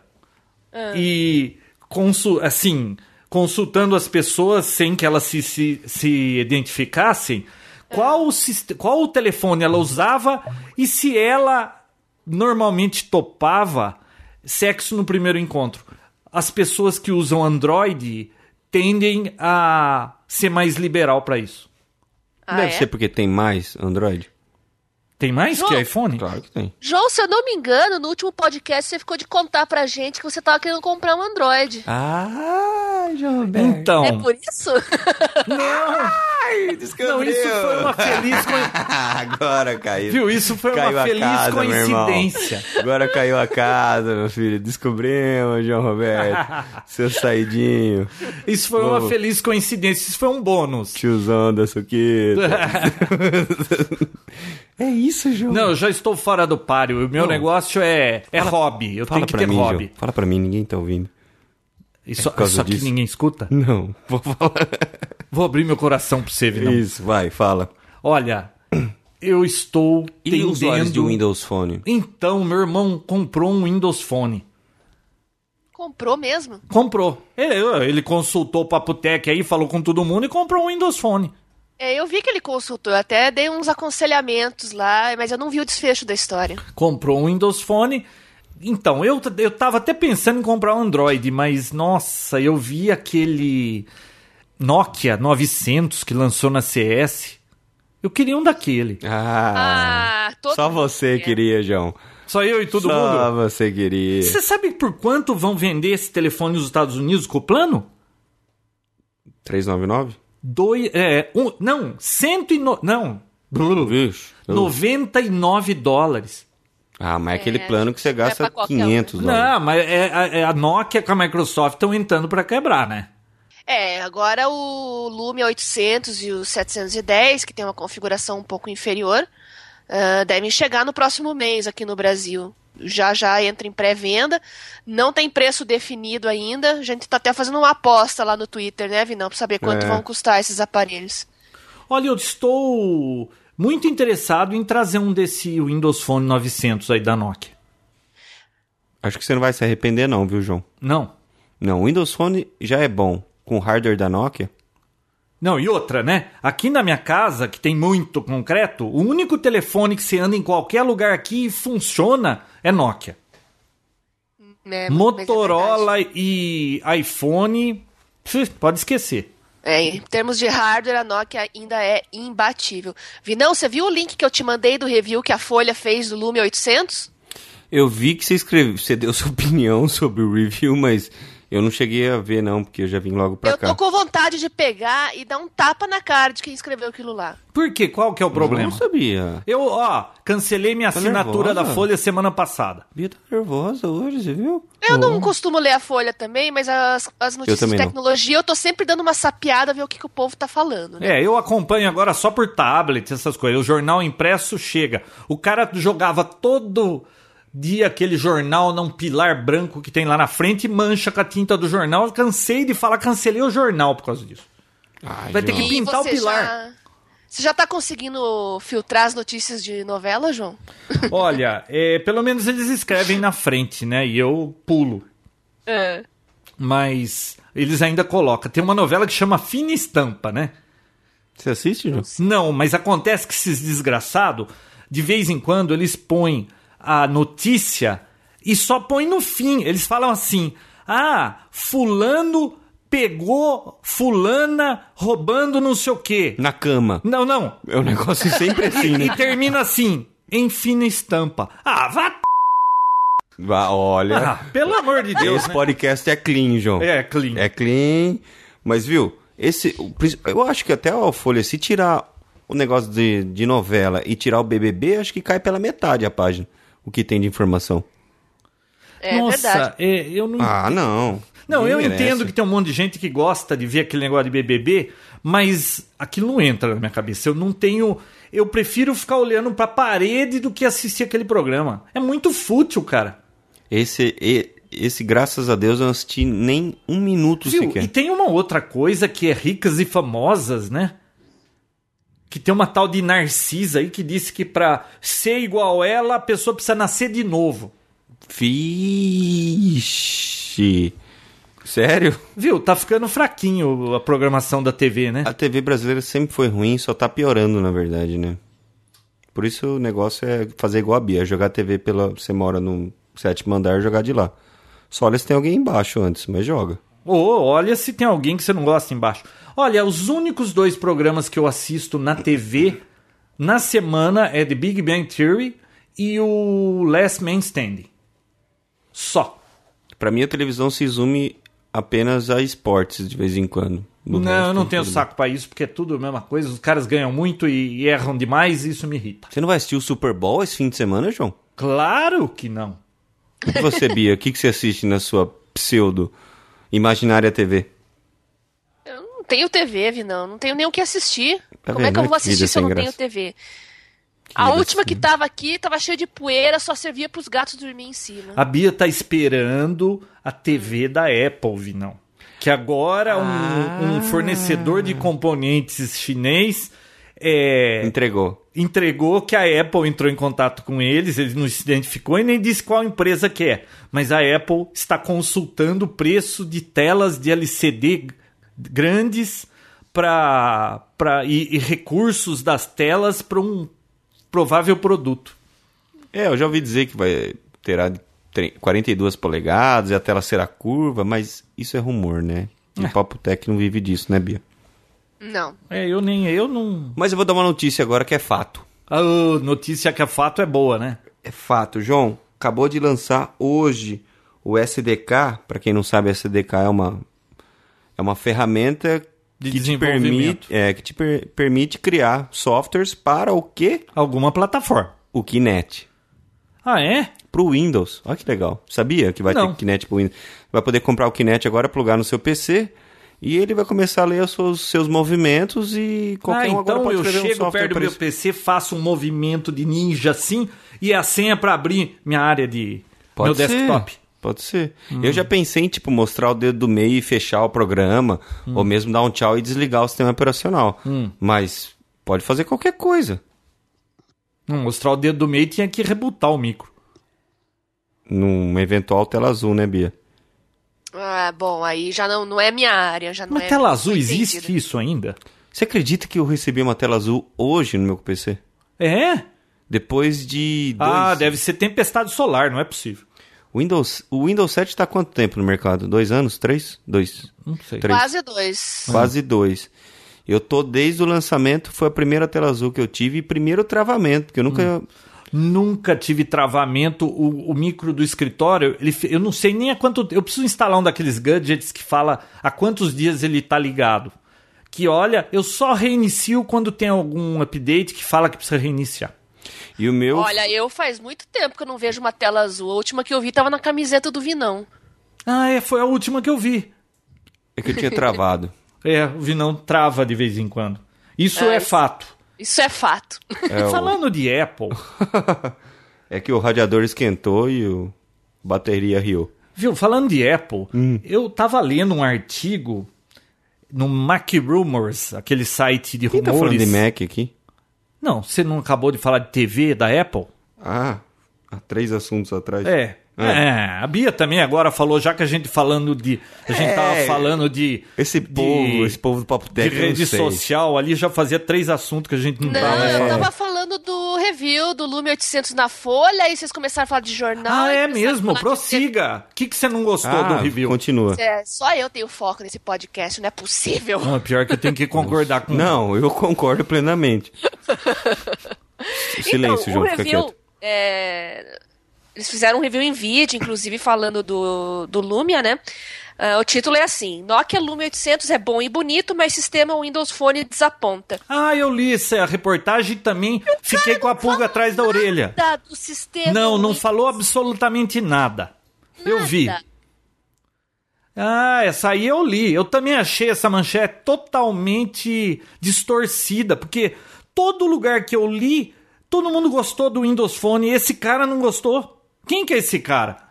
e consu, assim, consultando as pessoas sem que elas se, se, se identificassem, qual, o sist- qual o telefone ela usava e se ela normalmente topava sexo no primeiro encontro. As pessoas que usam Android tendem a ser mais liberal pra isso. Ah, Deve é? ser porque tem mais Android? Tem mais que João, iPhone? Claro que tem. João, se eu não me engano, no último podcast você ficou de contar pra gente que você tava querendo comprar um Android. Ah, João Então, É por isso? não, É não, isso foi uma feliz coincidência. Agora caiu. Viu? Isso foi Caiu uma a feliz casa, meu irmão. coincidência. Agora caiu a casa, meu filho. Descobrimos, João Roberto. Seu saidinho. Isso foi Bom. uma feliz coincidência. Isso foi um bônus. Tiozão da suquita. é isso, João. Não, eu já estou fora do páreo. O meu Não. negócio é, é hobby. Eu Fala tenho que pra ter mim, hobby. João. Fala pra mim, ninguém tá ouvindo. Isso, por causa isso aqui disso. ninguém escuta? Não, vou falar. Vou abrir meu coração para você, Vinão. Isso, vai, fala. Olha, eu estou E os usuários de tendendo- Windows Phone? Então, meu irmão comprou um Windows Phone. Comprou mesmo? Comprou. Ele, É, ele consultou o Papotec aí, falou com todo mundo e comprou um Windows Phone. É, eu vi que ele consultou, eu até dei uns aconselhamentos lá, mas eu não vi o desfecho da história. comprou um Windows Phone. Então, eu, eu tava até pensando em comprar um Android, mas nossa, eu vi aquele Nokia 900 que lançou na CS. Eu queria um daquele. Ah, Ah, todo só mundo você quer. queria, João. Só eu e todo só mundo. você queria. Você sabe por quanto vão vender esse telefone nos Estados Unidos com o plano? 399? Dois, é, um, não, 109. Não. Vixe. 99 dólares. Ah, mas é aquele É, plano que você não é gasta pra qualquer um, né? 500 dólares. Não, mas é, a- é a Nokia com a Microsoft estão entrando para quebrar, né? É, agora o Lumia 800 e o 710, que tem uma configuração um pouco inferior, ah, devem chegar no próximo mês aqui no Brasil. Já já entra em pré-venda, não tem preço definido ainda. A gente tá até fazendo uma aposta lá no Twitter, né, Vinão, pra saber quanto É. vão custar esses aparelhos. Olha, eu estou muito interessado em trazer um desse Windows Phone 900 aí da Nokia. Acho que você não vai se arrepender não, viu, João? Não. Não, o Windows Phone já é bom. Com o hardware da Nokia, Não, e outra, né? Aqui na minha casa, que tem muito concreto, o único telefone que você anda em qualquer lugar aqui e funciona é Nokia. né, mas é Motorola e iPhone, pf, pode esquecer. É, em termos de hardware, a Nokia ainda é imbatível. Vinão, você viu o link que eu te mandei do review que a Folha fez do Lumia 800? Eu vi que você escreveu, você deu sua opinião sobre o review, mas eu não cheguei a ver não, porque eu já vim logo pra eu cá. tô com vontade de pegar e dar um tapa na cara de quem escreveu aquilo lá. Por quê? Qual que é o Eu problema? não sabia. Eu, ó, cancelei minha Tá assinatura da nervosa? Folha semana passada. Bia tá nervosa hoje, você viu? Eu Oh. não costumo ler a Folha também, mas as, as notícias de também não. tecnologia eu tô sempre dando uma sapiada ver o que, que o povo tá falando, né? É, eu acompanho agora só por tablet, essas coisas. O jornal impresso chega. O cara jogava todo dia aquele jornal num pilar branco que tem lá na frente e mancha com a tinta do jornal. Eu cansei de falar, cancelei o jornal por causa disso. Ai, Vai ter João. que É, tipo, pintar o pilar. Já, você já tá conseguindo filtrar as notícias de novela, João? Olha, é, pelo menos eles escrevem na frente, né? E eu pulo. É. Mas eles ainda colocam. Tem uma novela que chama Fina Estampa, né? Você assiste, João? Não, mas acontece que esses desgraçados, de vez em quando, eles põem a notícia e só põem no fim. Eles falam assim: ah, fulano pegou fulana roubando não sei o quê. Na cama. Não, não. É um negócio sempre assim, né? E termina assim, em fina estampa. Ah, vá t... Vá, olha, ah, pelo amor de Deus. esse né? podcast é clean, João. É, clean. É clean, mas viu, esse, o prin- eu acho que até a Folha, se tirar o negócio de, de novela e tirar o BBB, acho que cai pela metade a página, o que tem de informação. É verdade. Nossa, é, eu não Ah, não. Não, Ninguém eu merece. entendo que tem um monte de gente que gosta de ver aquele negócio de BBB, mas aquilo não entra na minha cabeça. Eu não tenho. Eu prefiro ficar olhando pra parede do que assistir aquele programa. É muito fútil, cara. Esse, e- esse, graças a Deus, eu não assisti nem um minuto Viu? E sequer. tem uma outra coisa que é ricas e famosas, né? Que tem uma tal de Narcisa aí que disse que pra ser igual ela, a pessoa precisa nascer de novo. Vixe. Sério? Viu? Tá ficando fraquinho a programação da TV, né? A TV brasileira sempre foi ruim, só tá piorando, na verdade, né? Por isso o negócio é fazer igual a Bia, jogar TV pela. Você mora no sétimo andar jogar de lá. Só olha se tem alguém embaixo antes, mas joga. Ô, olha se tem alguém que você não gosta embaixo. Olha, os únicos dois programas que eu assisto na TV na semana é The Big Bang Theory e o Last Man Standing. Só. Pra mim a televisão se resume apenas a esportes de vez em quando. No não, resto, eu não tenho tudo saco pra isso, porque é tudo a mesma coisa. Os caras ganham muito e, e erram demais, e isso me irrita. bem. Você não vai assistir o Super Bowl esse fim de semana, João? Claro que não. E você, Bia, o que, que você assiste na sua pseudo imaginária TV? Eu não tenho TV, Vinão. Não tenho nem o que assistir. Tá Como é vendo? que eu vou Que vida assistir se eu sem não graça. tenho TV? a vida última sem que tava aqui tava cheia de poeira, só servia pros gatos dormir em cima. A Bia tá esperando a TV da Apple, Vinão. Que agora um- um, Ah. fornecedor de componentes chinês é, Entregou. entregou que a Apple entrou em contato com eles, eles não se identificou e nem disse qual empresa que é. Mas a Apple está consultando o preço de telas de LCD g- grandes pra, pra, e, e recursos das telas para um provável produto. É, eu já ouvi dizer que vai terá tre- 42 polegadas e a tela será curva, mas isso é rumor, né? E o Papo Tech não vive disso, né, Bia? Não. É, eu nem. Eu não. Mas eu vou dar uma notícia agora que é fato. A ô, notícia que é fato é boa, né? É fato, João. Acabou de lançar hoje o SDK. Pra quem não sabe, SDK é uma é uma ferramenta de que te desenvolvimento. permite, é, que te per- permite criar softwares para o quê? Alguma plataforma. O Kinect. Ah, é? Pro Windows. Olha que legal. Sabia que vai Não. ter Kinect pro Windows? Vai poder comprar o Kinect agora, plugar no seu PC. E ele vai começar a ler os seus, seus movimentos e qualquer ah, um agora então pode eu escrever um chego software perto do para meu isso. PC, faço um movimento de ninja assim e a senha pra abrir minha área de meu ser, desktop. Pode ser. Hum. Eu já pensei em, tipo, mostrar o dedo do meio e fechar o programa, Hum. ou mesmo dar um tchau e desligar o sistema operacional. Mas pode fazer qualquer coisa. Não, Hum, mostrar o dedo do meio tinha que rebutar o micro. Num eventual tela azul, né, Bia? Ah, bom, aí já não, não é minha área, já não Mas é. tela azul entendi, existe né? isso ainda? Você acredita que eu recebi uma tela azul hoje no meu PC? É? Depois de dois... Ah, deve ser tempestade solar, não é possível. Windows, o Windows 7 está quanto tempo no mercado? Dois anos? Três? Dois. Não sei. Três. Quase dois. Quase dois. Eu tô desde o lançamento, foi a primeira tela azul que eu tive e primeiro travamento, porque eu nunca... Uhum. Nunca tive travamento. O, o micro do escritório, ele, fe- eu não sei nem a quanto. Eu preciso instalar um daqueles gadgets que fala há quantos dias ele tá ligado. Que olha, eu só reinicio quando tem algum update que fala que precisa reiniciar. E o meu... Olha, eu faz muito tempo que eu não vejo uma tela azul. A última que eu vi tava na camiseta do Vinão. Ah, é, foi a última que eu vi. É que eu tinha travado. É, o Vinão trava de vez em quando. Isso Ah, é isso- fato. Isso é fato. É, o- Falando de Apple, é que o radiador esquentou e o bateria riu. Viu, falando de Apple, Hum. eu tava lendo um artigo no Mac Rumors, aquele site de Quem tá falando de rumores. Mac aqui? não, você não acabou de falar de TV da Apple? Ah, há três assuntos atrás. É. Ah, É, a Bia também agora falou, já que a gente falando de. A gente É. tava falando de. Esse de- povo, esse povo do Papo de Técnico, eu não rede sei. social ali já fazia três assuntos que a gente não, Não, tava eu falando. tava falando do review do Lume 800 na Folha, aí vocês começaram a falar de jornal. Ah, aí é começaram a mesmo, falar de- prossiga. O que, que você não gostou Ah, do review? continua. É, só eu tenho foco nesse podcast, não é possível. Não, é pior que eu tenho que concordar com Não, eu concordo plenamente. Silêncio, então, João, o fica review, quieto. é, eles fizeram um review em vídeo, inclusive falando do, do Lumia, né? Ah, o título é assim: Nokia Lumia 800 é bom e bonito, mas sistema Windows Phone desaponta. Ah, eu li essa reportagem e também fiquei com a pulga atrás da orelha. Nada do sistema Não, não Windows- falou absolutamente nada. Eu vi. Nada. Ah, essa aí eu li. Eu também achei essa manchete totalmente distorcida, porque todo lugar que eu li, todo mundo gostou do Windows Phone e esse cara não gostou. Quem que é esse cara?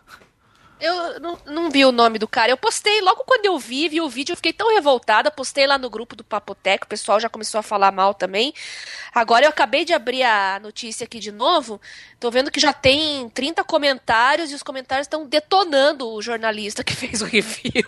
Eu não, não vi o nome do cara. Eu postei logo quando eu vi, vi o vídeo, eu fiquei tão revoltada. Postei lá no grupo do Papoteca, o pessoal já começou a falar mal também. Agora eu acabei de abrir a notícia aqui de novo. Tô vendo que já tem 30 comentários e os comentários estão detonando o jornalista que fez o review.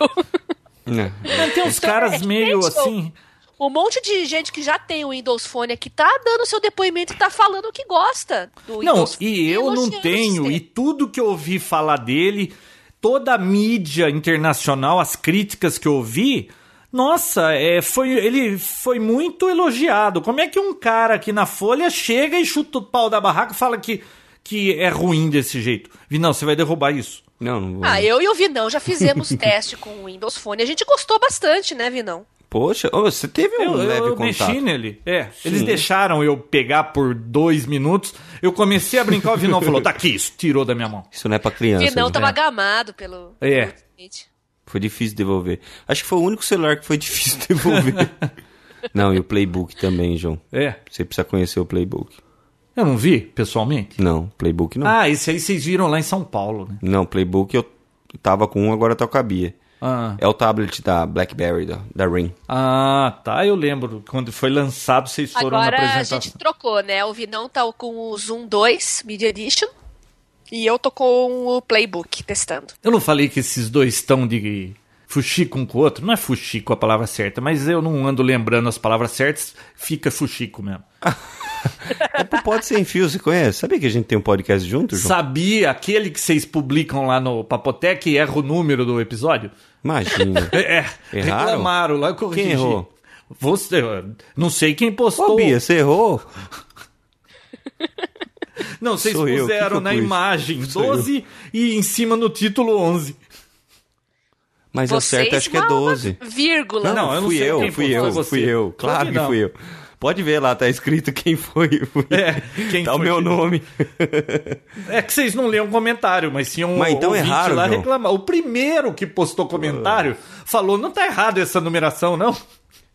É. Mas Tem uns caras gente, meio eu- assim. Um monte de gente que já tem o Windows Phone aqui tá dando seu depoimento e tá falando que gosta do Não, Windows Phone e eu não Tipo, elogiando o tenho, e sistema. tudo que eu ouvi falar dele, toda a mídia internacional, as críticas que eu ouvi, nossa, é, foi, ele foi muito elogiado. Como é que um cara aqui na Folha chega e chuta o pau da barraca e fala que, que é ruim desse jeito? Vi, não, você vai derrubar isso. Não, não vou. Ah, eu e o Vinão já fizemos teste com o Windows Phone. A gente gostou bastante, né, Vinão? Poxa, ô, você teve um Eu, eu- leve eu contato. mexi nele. É, eles Sim. deixaram eu pegar por dois minutos. Eu comecei a brincar, o Vinão falou: tá aqui, isso tirou da minha mão. Isso não é pra criança. Vinão gente. tava gamado pelo. É. pelo cliente. Foi difícil devolver. Acho que foi o único celular que foi difícil devolver. não, e o Playbook também, João. É. Você precisa conhecer o Playbook. Eu não vi pessoalmente. Não, Playbook não. Ah, esse aí vocês viram lá em São Paulo, né? Não, Playbook eu tava com um, agora tá com a Bia. Ah, É o tablet da BlackBerry, da, da Ring. ah, tá. Eu lembro. Quando foi lançado, vocês foram na Agora a apresentação. gente trocou, né? O Vinão tá com o Zoom 2 Media Edition. E eu tô com o Playbook testando. Eu não falei que esses dois estão de fuxico um com o outro? Não é fuxico a palavra certa, mas eu não ando lembrando as palavras certas, fica fuxico mesmo. É pro Pod Sem Fio, você conhece? Sabia que a gente tem um podcast junto, João? Sabia aquele que vocês publicam lá no Papotec e erra o número do episódio? Imagina. É, Erraram? reclamaram lá, eu corrigi. Quem errou? Você, eu não sei quem Ô, postou. Bia, você errou? Não, vocês Sou eu, que que puseram eu na pus? imagem Sou eu. 12 e em cima no título 11. Mas é o certo, acho que é 12. Vírgula. Não, Não, eu não fui sei eu, quem fui foi, eu, foi você. fui eu. Claro Claro que que fui não. eu. Pode ver lá, tá escrito quem foi. fui. É, quem tá o foi meu que- nome. É que vocês não leram comentário, mas tinha um Mas então ouvinte erraram, lá João. reclamar. O primeiro que postou comentário falou, não tá errado essa numeração, não.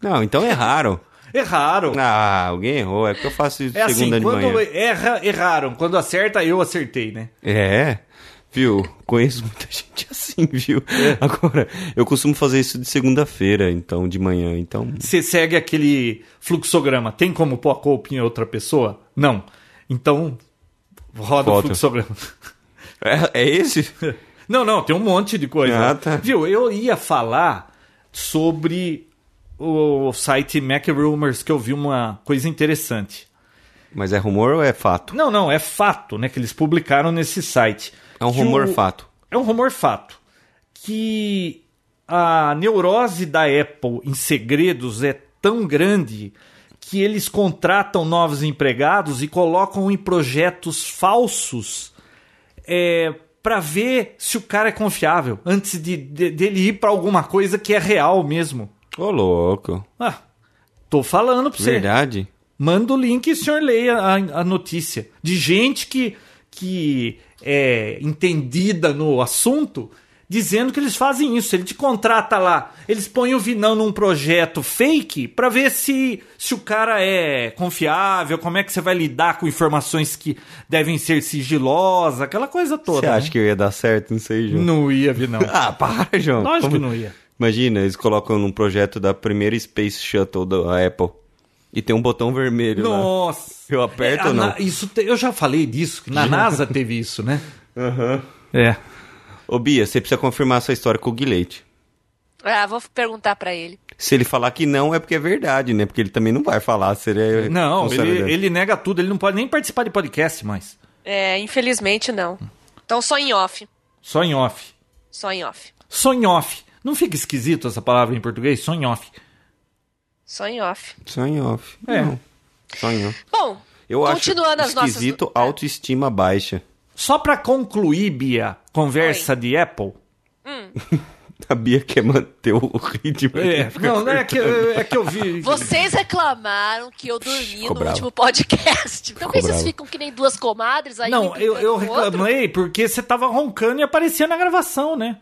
Não, então erraram. Erraram. Ah, alguém errou. É porque eu faço isso É assim, segunda de manhã. quando erra, erraram. Quando acerta, eu acertei, né? É. Viu? Conheço muita gente assim, viu? É. Agora, eu costumo fazer isso de segunda-feira, então, de manhã. Então, Você segue aquele fluxograma. Tem como pôr a culpa em outra pessoa? Não. Então, roda o Volta. fluxograma. é, é esse? Não, não, tem um monte de coisa. Ah, tá. Viu, eu ia falar sobre o site MacRumors, que eu vi uma coisa interessante. Mas é rumor ou é fato? Não, não, é fato, né, que eles publicaram nesse site. É um Que rumor o- fato. É um rumor fato. Que a neurose da Apple em segredos é tão grande que eles contratam novos empregados e colocam em projetos falsos é, para ver se o cara é confiável antes de, de- dele ir para alguma coisa que é real mesmo. Ô, louco. Ah, tô falando pra você. Verdade? Manda o link e o senhor leia a, a notícia. De gente que, que é entendida no assunto, dizendo que eles fazem isso. Ele te contrata lá. Eles põem o Vinão num projeto fake pra ver se, se o cara é confiável, como é que você vai lidar com informações que devem ser sigilosas, aquela coisa toda. Você né? acha que eu ia dar certo? Não sei, João. Não ia, Vinão. Ah, para, João. Lógico que Como- não ia. Imagina, eles colocam num projeto da primeira Space Shuttle da Apple. E tem um botão vermelho lá. Nossa. Eu aperto É, a ou não? Na- Isso te- Eu já falei disso, que na NASA teve isso, né? É. Ô, Bia, você precisa confirmar essa história com o Guilherme. Ah, vou perguntar pra ele. Se ele falar que não, é porque é verdade, né? Porque ele também não vai falar se ele é... Não, sabe ele, dessa. ele nega tudo, ele não pode nem participar de podcast mais. É, infelizmente não. Então só em off. Só em off. Só em off. Só em off. Não fica esquisito essa palavra em português? Só em off. Só em off. Só em off. É. Não, só em off. Bom, Eu acho continuando as nossas. é. esquisito autoestima baixa. Só pra concluir, Bia, conversa de Apple. A Bia quer manter o ritmo. É, não, não é que, é que eu vi. Vocês reclamaram que eu dormi ficou no bravo. último podcast. Então Ficou vocês bravo. ficam que nem duas comadres aí. um Não, eu, brincando eu com o outro? reclamei porque você tava roncando e aparecia na gravação, né?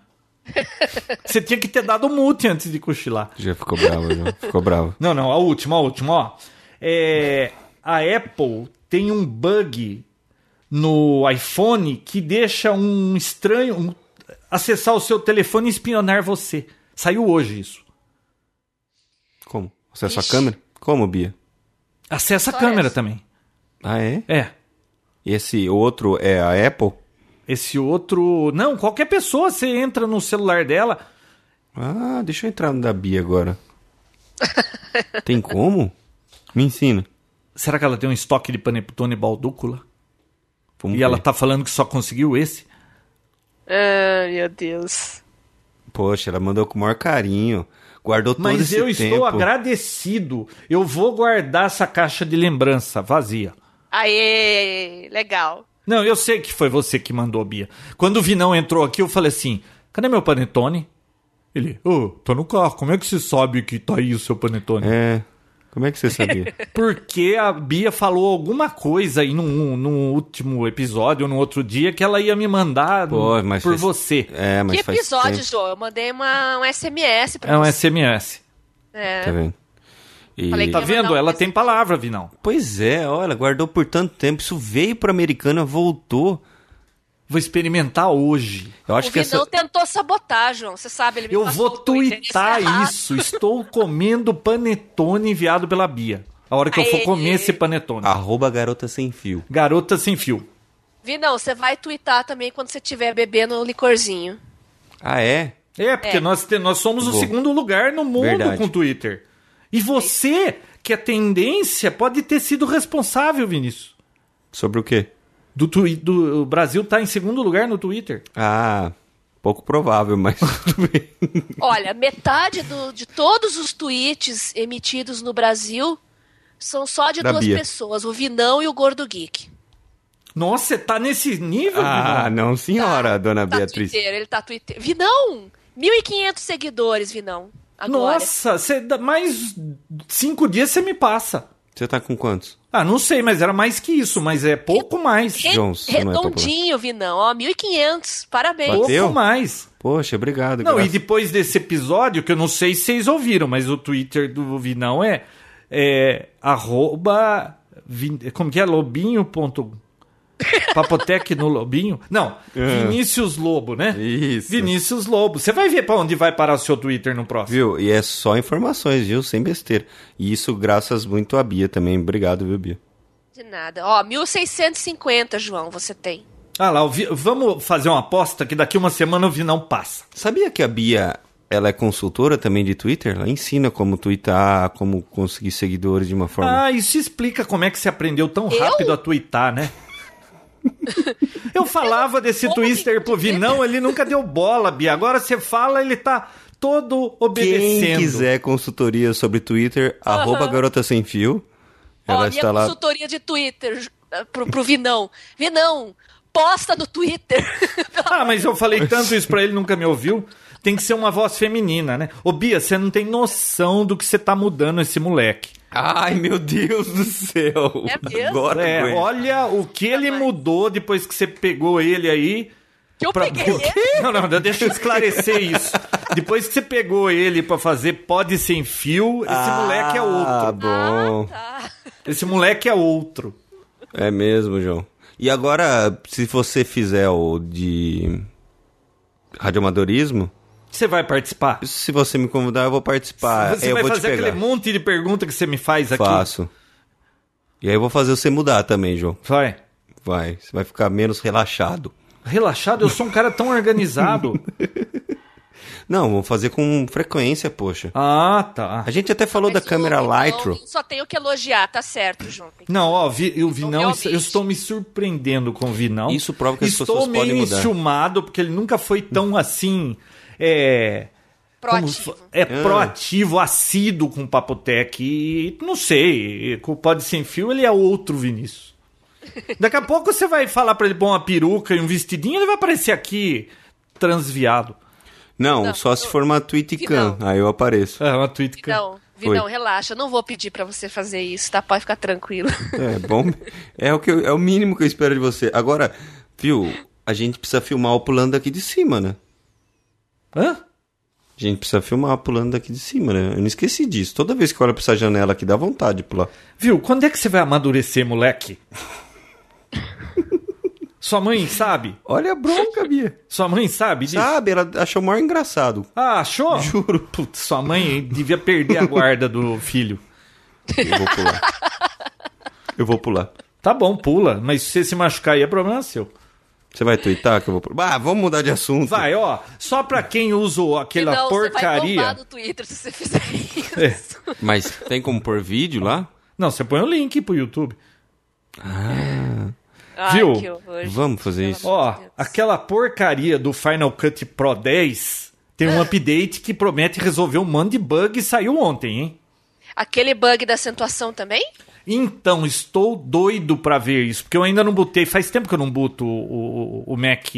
Você tinha que ter dado mute antes de cochilar. Já ficou bravo, já. Ficou bravo. Não, não, a última, a última, ó. É, a Apple tem um bug no iPhone que deixa um estranho um- acessar o seu telefone e espionar você. Saiu hoje isso. Como? Você é sua Ixi. câmera? Como, Bia? Acessa Só a câmera essa. também. Ah, é? É. E esse outro é a Apple? Esse outro. Não, qualquer pessoa, você entra no celular dela. Ah, deixa eu entrar no da Bia agora. Tem como? Me ensina. Será que ela tem um estoque de panetone baldúcula? Vamos E ela ver. tá falando que só conseguiu esse? Ai, meu Deus. Poxa, ela mandou com o maior carinho. Guardou todo Mas esse eu tempo. estou agradecido. Eu vou guardar essa caixa de lembrança vazia. Aê, legal. Não, eu sei que foi você que mandou, Bia. Quando o Vinão entrou aqui, eu falei assim: cadê meu panetone? Ele, ô, tá no carro, como é que você sabe que tá aí o seu panetone? É. Como é que você sabia? Porque a Bia falou alguma coisa aí num, num último episódio ou num outro dia que ela ia me mandar Pô, no- mas por fez- você. É, mas que faz episódio, tempo, João? Eu mandei uma, um SMS pra É um você. SMS. É. Tá vendo? E- Falei que- Tá Quer mandar vendo? um Ela presente? tem palavra, Vinão. Pois é, olha, guardou por tanto tempo. Isso veio pro Americana, voltou. Vou experimentar hoje. Eu acho o que Vinão essa... twitar, tentou sabotar, João. Você sabe, ele me tá Eu passou vou no Twitter. tuitar Isso é errado. isso. Estou comendo panetone enviado pela Bia. A hora que eu for Aê. comer esse panetone. Arroba garota sem fio. Garota sem fio. Vinão, você vai twittar também quando você estiver bebendo um licorzinho. Ah, é? É, porque É. Nós, te- nós somos o Bom. segundo lugar no mundo Verdade. com o Twitter. E você, que é tendência, pode ter sido responsável, Vinícius. Sobre o quê? Do, twi- do- o Brasil tá em segundo lugar no Twitter. Ah, pouco provável, mas tudo bem. Olha, metade do- de todos os tweets emitidos no Brasil são só de Da duas Bia. pessoas, o Vinão e o Gordo Geek. Nossa, você tá nesse nível, Ah, Vinão? não, senhora, dona Tá Beatriz. Twitter, ele tá Twitter. Vinão! 1.500 seguidores, Vinão. Agora. Nossa, cê dá- mais cinco dias você me passa. Você tá com quantos? Ah, não sei, mas era mais que isso, mas é pouco mais. Re- Johnson não é popular. redondinho, Vinão. Ó, 1.500. Parabéns. Bateu? Pouco mais. Poxa, obrigado. Não, e graças- depois desse episódio, que eu não sei se vocês ouviram, mas o Twitter do Vinão é, é arroba, vin- como que é, lobinho ponto, papotec no lobinho? Não, É. Vinícius Lobo, né? Isso. Vinícius Lobo. Você vai ver pra onde vai parar o seu Twitter no próximo. Viu? E é só informações, viu? Sem besteira. E isso graças muito a Bia também. Obrigado, viu, Bia? De nada. Ó, 1.650, João, você tem. Ah lá, o Vi- vamos fazer uma aposta que daqui uma semana o Vinão passa. Sabia que a Bia, ela é consultora também de Twitter? Ela ensina como twittar, como conseguir seguidores de uma forma... Ah, isso explica como é que você aprendeu tão rápido a twittar, né? Eu falava desse Como twister pro Vinão, ele nunca deu bola, Bia. Agora você fala, ele tá todo obedecendo. Quem quiser consultoria sobre Twitter, arroba garota sem fio. Ó, Ela minha está lá. consultoria de Twitter Ju- eh, pro, pro Vinão. Vinão, posta no Twitter. Ah, mas eu falei tanto isso pra ele, nunca me ouviu. Tem que ser uma voz feminina, né? Ô, Bia, você não tem noção do que você tá mudando esse moleque. Ai, meu Deus do céu. É mesmo? Agora É, aguenta. olha o que ele mudou depois que você pegou ele aí. Que eu Pra- peguei ele. Não, não, deixa eu esclarecer isso. Depois que você pegou ele pra fazer pode sem fio, esse moleque é Ah, outro. bom. Tá. Esse moleque é outro. É mesmo, João. E agora, se você fizer o de radioamadorismo, Você vai participar? se você me convidar, eu vou participar. você Ah, eu vai vou fazer te pegar. aquele monte de pergunta que você me faz aqui? Faço. E aí eu vou fazer você mudar também, João. Vai. Vai. Você vai ficar menos relaxado. Relaxado, eu sou um cara tão organizado. Não, vou fazer com frequência, poxa. Ah, tá. A gente até falou da Mas o câmera Vinão, Lytro. Só tenho que elogiar, tá certo, João. Tem que- Não, ó, vi, eu vi Então, não, realmente. eu estou me surpreendendo com o Vinão. Isso prova que as estou pessoas meio podem mudar. enciumado, porque ele nunca foi tão assim. É. como Proativo. fa- é proativo, assíduo com o Papotec. E não sei, com o Pod Sem Fio ele é outro Vinícius. Daqui a pouco você vai falar pra ele pôr uma peruca e um vestidinho, ele vai aparecer aqui transviado. Não, Não, só se eu- for uma tweet cam. Aí eu apareço. É uma tweet que- Vinão, Vinão, Oi. relaxa. Não vou pedir pra você fazer isso, tá? Pode ficar tranquilo. É bom. É o, que eu- é o mínimo que eu espero de você. Agora, viu? A gente precisa filmar o pulando aqui de cima, né? Hã? A gente precisa filmar pulando aqui de cima, né? Eu não esqueci disso. Toda vez que eu olho pra essa janela aqui, dá vontade de pular. Viu? Quando é que você vai amadurecer, moleque? Sua mãe sabe? Olha a bronca, Bia. Sua mãe sabe disso? Sabe? Ela achou o maior engraçado. Ah, achou? Juro. Putz, sua mãe devia perder a guarda do filho. Eu vou pular. eu vou pular. Tá bom, pula, mas se você se machucar aí é problema seu. Você vai twittar que eu vou pular? Ah, vamos mudar de assunto. Vai, ó, só pra quem usa aquela Vinão, Você vai porcaria. bombar no Twitter se você fizer isso. É. Mas tem como pôr vídeo lá? Não, você põe o link pro YouTube. Ai, Viu? que horror. Vamos fazer isso. Ó, Deus. aquela porcaria do Final Cut Pro 10 tem Ah. um update que promete resolver um monte de bug e saiu ontem, hein? Aquele bug da acentuação também? Então, estou doido pra ver isso, porque eu ainda não botei, faz tempo que eu não boto o, o- o Mac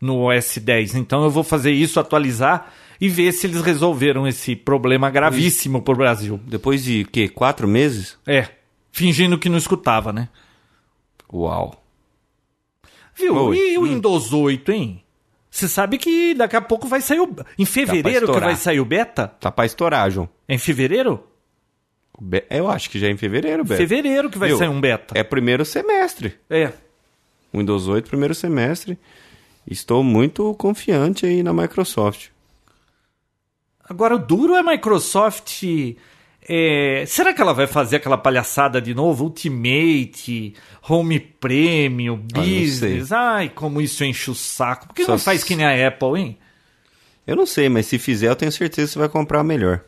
no OS 10, então eu vou fazer isso, atualizar e ver se eles resolveram esse problema gravíssimo pro Brasil. Depois de, o quê? Quatro meses? É, fingindo que não escutava, né? Uau. Viu? Oi. hum. E o Windows 8, hein? Você sabe que daqui a pouco vai sair o. Em fevereiro que estourar. vai sair o beta? Tá pra estourar, João. É Em fevereiro? Be- Eu acho que já é em fevereiro, Beto. Fevereiro que vai Viu? sair um beta. É primeiro semestre. É. Windows 8, primeiro semestre. Estou muito confiante aí na Microsoft. Agora, o duro é a Microsoft. é, Será que ela vai fazer aquela palhaçada de novo? Ultimate, Home Premium, Ah, não sei. Business. Ai, como isso enche o saco. Por que Só não faz se- que nem a Apple, hein? Eu não sei, mas se fizer, eu tenho certeza que você vai comprar a melhor.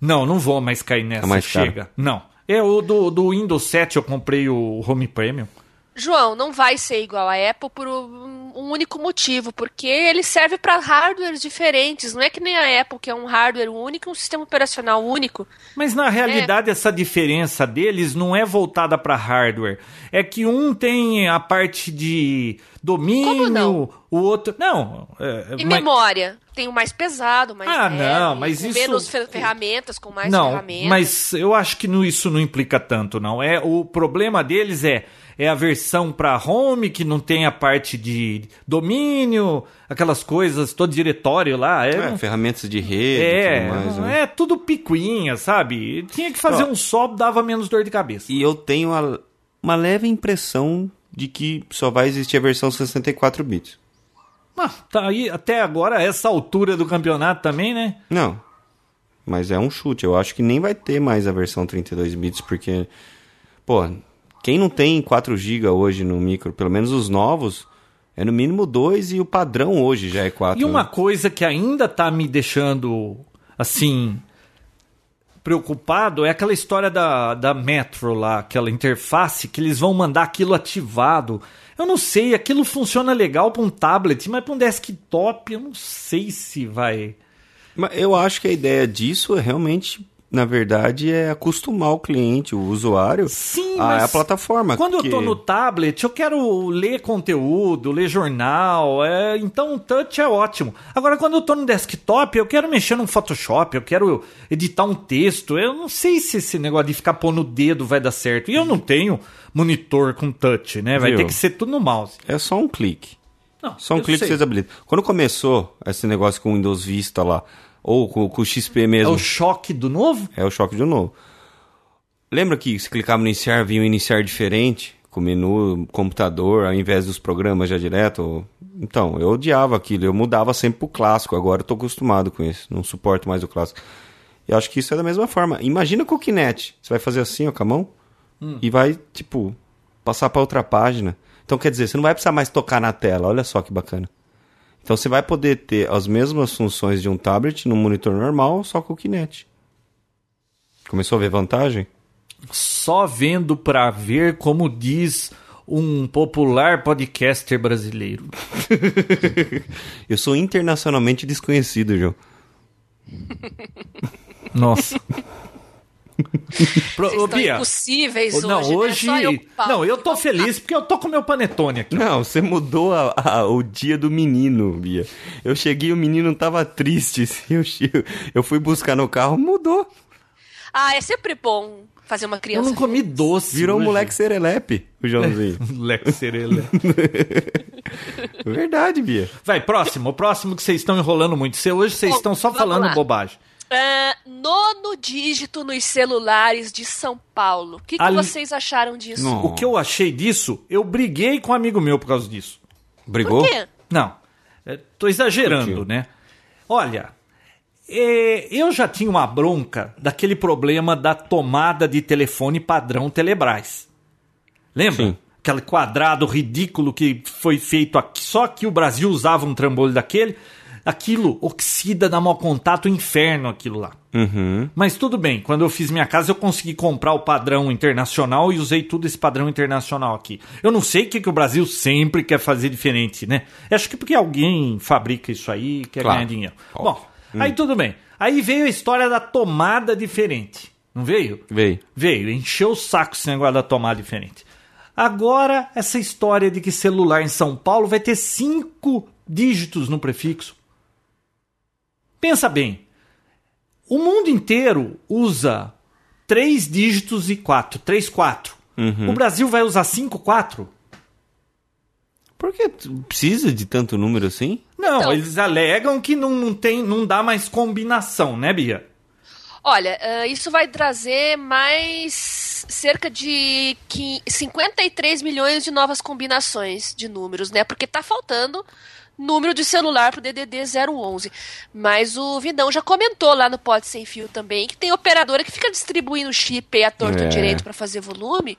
Não, não vou mais cair nessa. É mais caro. Chega. Não. É o do, do Windows 7, eu comprei o Home Premium. João, não vai ser igual a Apple por um, um único motivo, porque ele serve para hardwares diferentes. Não é que nem a Apple, que é um hardware único, um sistema operacional único. Mas na É. realidade, essa diferença deles não é voltada para hardware. É que um tem a parte de Como domínio, não? o outro. Não. é, E mas- memória? Tem o mais pesado, mais Ah, leve, não, mas com isso- é- menos fer- ferramentas, com mais não, ferramentas. mas eu acho que não- isso não implica tanto, não. É o problema deles é é a versão para home que não tem a parte de domínio, aquelas coisas, todo diretório lá. É, É, ferramentas de rede e é, tudo mais. né? é tudo picuinha, sabe? Tinha que fazer Ó. um só, dava menos dor de cabeça. E eu tenho a- uma leve impressão de que só vai existir a versão 64 bits. Mas tá aí até agora, essa altura do campeonato também, né? Não. Mas é um chute. Eu acho que nem vai ter mais a versão 32 bits, porque. Pô, quem não tem 4 GB hoje no micro, pelo menos os novos, é no mínimo 2 e o padrão hoje já é 4. E uma né? coisa que ainda tá me deixando assim preocupado é aquela história da, da Metro lá, aquela interface que eles vão mandar aquilo ativado. Eu não sei, aquilo funciona legal pra um tablet, mas pra um desktop eu não sei se vai. Mas eu acho que a ideia disso é realmente, na verdade, é acostumar o cliente, o usuário, Sim, à mas Ah, é a plataforma. quando que- eu tô no tablet, eu quero ler conteúdo, ler jornal, é, então o touch é ótimo. Agora quando eu tô no desktop, eu quero mexer no Photoshop, eu quero editar um texto. Eu não sei se esse negócio de ficar pondo o dedo vai dar certo. E eu não tenho monitor com touch, né? Vai Viu? ter que ser tudo no mouse. É só um clique. Não, Só um eu clique sei. vocês habilitam. Quando começou esse negócio com o Windows Vista lá, ou com, com o XP É mesmo, o choque do novo? é o choque de novo. Lembra que se clicava no iniciar, vinha um iniciar diferente? Com menu, computador, ao invés dos programas já direto? Então, eu odiava aquilo. Eu mudava sempre pro clássico. Agora eu tô acostumado com isso. Não suporto mais o clássico. E acho que isso é da mesma forma. Imagina com o Kinect. Você vai fazer assim, ó, com a mão. E vai, tipo, passar pra outra página. Então, quer dizer, você não vai precisar mais tocar na tela. Olha só que bacana. Então, você vai poder ter as mesmas funções de um tablet num monitor normal, só com o Kinect. Começou a ver vantagem? Só vendo pra ver, como diz um popular podcaster brasileiro. Eu sou internacionalmente desconhecido, João. Nossa. Pro, Vocês ô, estão Bia, impossíveis ô, hoje, não, né? hoje. Só eu, Paulo, não, eu que tô vou- feliz porque eu tô com meu panetone aqui. Não, você mudou a- a- o dia do menino, Bia. Eu cheguei, o menino tava triste. assim, Eu, che- eu fui buscar no carro, mudou. Ah, é sempre bom fazer uma Eu criança. não comi doce. Virou um hoje. moleque serelepe, o Joãozinho. Moleque serela. Verdade, Bia. Vai, próximo. O próximo que vocês estão enrolando muito. Cê- hoje vocês Bom, estão só vamos falando lá. bobagem. Ah, nono dígito nos celulares de São Paulo. O que, que Ali- vocês acharam disso? Não. O que eu achei disso, eu briguei com um amigo meu por causa disso. Brigou? Por quê? Não, é, tô exagerando, Curtiu. né? Olha, é, eu já tinha uma bronca daquele problema da tomada de telefone padrão Telebrás. Lembra? Sim. Aquele quadrado ridículo que foi feito aqui, só que o Brasil usava um trambolho daquele. Aquilo oxida, dá mau contato, inferno aquilo lá. Uhum. Mas tudo bem, quando eu fiz minha casa eu consegui comprar o padrão internacional e usei tudo esse padrão internacional aqui. Eu não sei o que, que o Brasil sempre quer fazer diferente, né? Acho que porque alguém fabrica isso aí e quer Claro. ganhar dinheiro. Óbvio. Hum. Bom, aí tudo bem. Aí veio a história da tomada diferente, não veio? Veio. Veio, encheu o saco esse negócio da tomada diferente. Agora, essa história de que celular em São Paulo vai ter cinco dígitos no prefixo. Pensa bem. O mundo inteiro usa três dígitos e quatro. Três, quatro. O Brasil vai usar cinco, quatro? Por que tu precisa de tanto número assim? Não, Então- eles alegam que não, não, tem, não dá mais combinação, né, Bia? Olha, ah, isso vai trazer mais cerca de qui- 53 milhões de novas combinações de números, né? Porque tá faltando número de celular pro DDD 011. Mas o Vinão já comentou lá no Pod Sem Fio também que tem operadora que fica distribuindo chip aí à torta É. direito para fazer volume.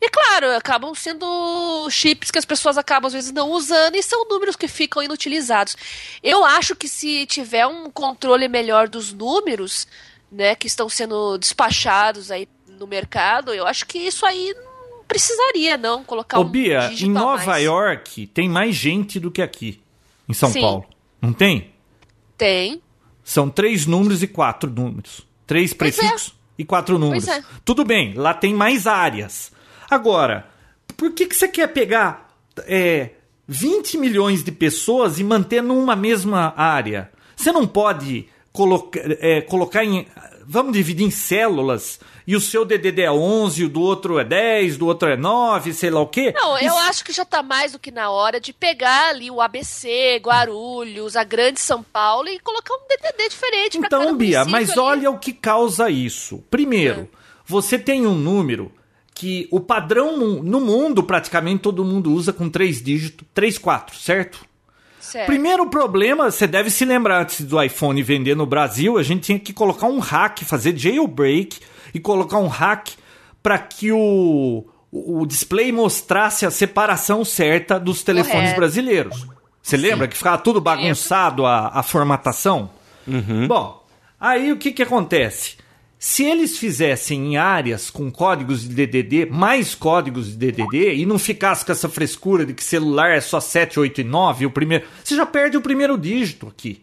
E claro, acabam sendo chips que as pessoas acabam às vezes não usando e são números que ficam inutilizados. Eu acho que se tiver um controle melhor dos números, né, que estão sendo despachados aí no mercado, eu acho que isso aí não precisaria, não, colocar Ô, um Bia, dígito em a Nova mais. York tem mais gente do que aqui, em São Sim. Paulo. Não tem? Tem. São três números e quatro números. Três Pois é. prefixos e quatro números. é. Tudo bem, lá tem mais áreas. Agora, por que, que você quer pegar é, 20 milhões de pessoas e manter numa mesma área? Você não pode coloca, é, colocar em. Vamos dividir em células e o seu DDD é 11, o do outro é 10, do outro é 9, sei lá o quê. Não, Isso- eu acho que já tá mais do que na hora de pegar ali o ABC, Guarulhos, a Grande São Paulo e colocar um DDD diferente pra cada um Então, Bia, município mas ali. olha o que causa isso. Primeiro, Ah. você tem um número que o padrão mu- no mundo, praticamente todo mundo usa com três dígitos, três, quatro, certo? Certo. Primeiro problema, você deve se lembrar, antes do iPhone vender no Brasil, a gente tinha que colocar um hack, fazer jailbreak e colocar um hack para que o, o display mostrasse a separação certa dos telefones Correto. brasileiros. Você lembra que ficava tudo bagunçado a, a formatação? Bom, aí o que, que acontece? Se eles fizessem em áreas com códigos de DDD, mais códigos de DDD, e não ficasse com essa frescura de que celular é só 7, 8 e 9, o primeiro, você já perde o primeiro dígito aqui.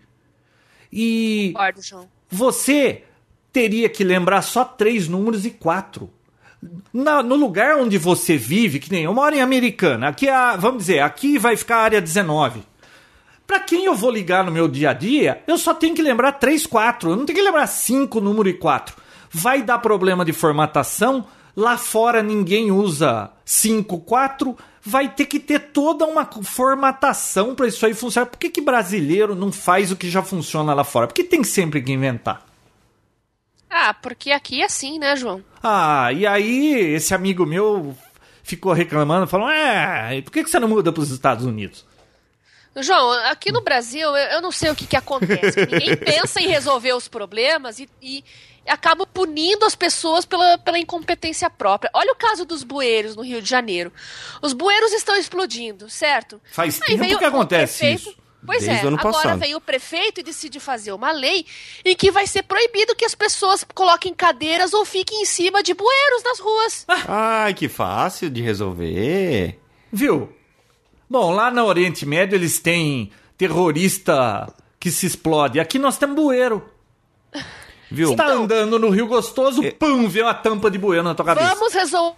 E Concordo, João. você teria que lembrar só três números e quatro. Na- no lugar onde você vive, que nem eu moro em Americana, aqui é a, vamos dizer, aqui vai ficar a área 19. Pra quem eu vou ligar no meu dia a dia, eu só tenho que lembrar 3, 4. Eu não tenho que lembrar 5, número e 4. Vai dar problema de formatação. Lá fora ninguém usa 5, 4. Vai ter que ter toda uma co- formatação pra isso aí funcionar. Por que, que brasileiro não faz o que já funciona lá fora? Porque tem sempre que inventar. Ah, porque aqui é assim, né, João? Ah, e aí esse amigo meu ficou reclamando, falou: É, por que, que você não muda pros Estados Unidos? João, aqui no Brasil, eu, eu não sei o que, que acontece. Ninguém pensa em resolver os problemas e, e acaba punindo as pessoas pela, pela incompetência própria. Olha o caso dos bueiros no Rio de Janeiro. Os bueiros estão explodindo, certo? Faz Aí tempo veio que o acontece prefeito- isso. Pois Desde é, o ano agora passado. veio o prefeito e decide fazer uma lei em que vai ser proibido que as pessoas coloquem cadeiras ou fiquem em cima de bueiros nas ruas. Ai, que fácil de resolver. Viu? Bom, lá no Oriente Médio eles têm terrorista que se explode. Aqui nós temos bueiro. Viu? Então- É. Você tá andando no Rio Gostoso, pum, vê uma tampa de bueiro na tua cabeça. Vamos resolver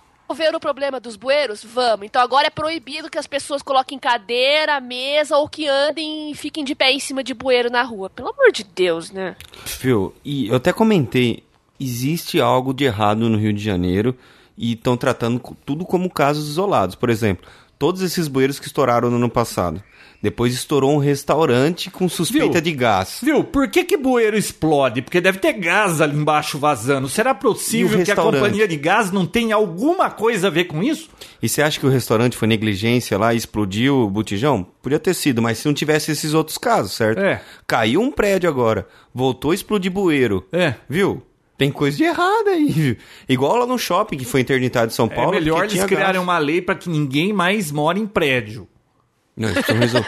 o problema dos bueiros? Vamos. Então agora é proibido que as pessoas coloquem cadeira, mesa ou que andem e fiquem de pé em cima de bueiro na rua. Pelo amor de Deus, né? Viu? E eu até comentei, existe algo de errado no Rio de Janeiro e estão tratando co- tudo como casos isolados. Por exemplo, todos esses bueiros que estouraram no ano passado. Depois estourou um restaurante com suspeita Viu? de gás. Viu? Por que que bueiro explode? Porque deve ter gás ali embaixo vazando. Será E possível o que a restaurante? companhia de gás não tenha alguma coisa a ver com isso? E você acha que o restaurante foi negligência lá e explodiu o botijão? Podia ter sido, mas se não tivesse esses outros casos, certo? É. Caiu um prédio agora, voltou a explodir bueiro. É. Viu? Tem coisa de errada aí, viu? Igual lá no shopping que foi interditado em São Paulo. é melhor porque eles tinha criarem gás. uma lei para que ninguém mais mora em prédio. Não, isso resol...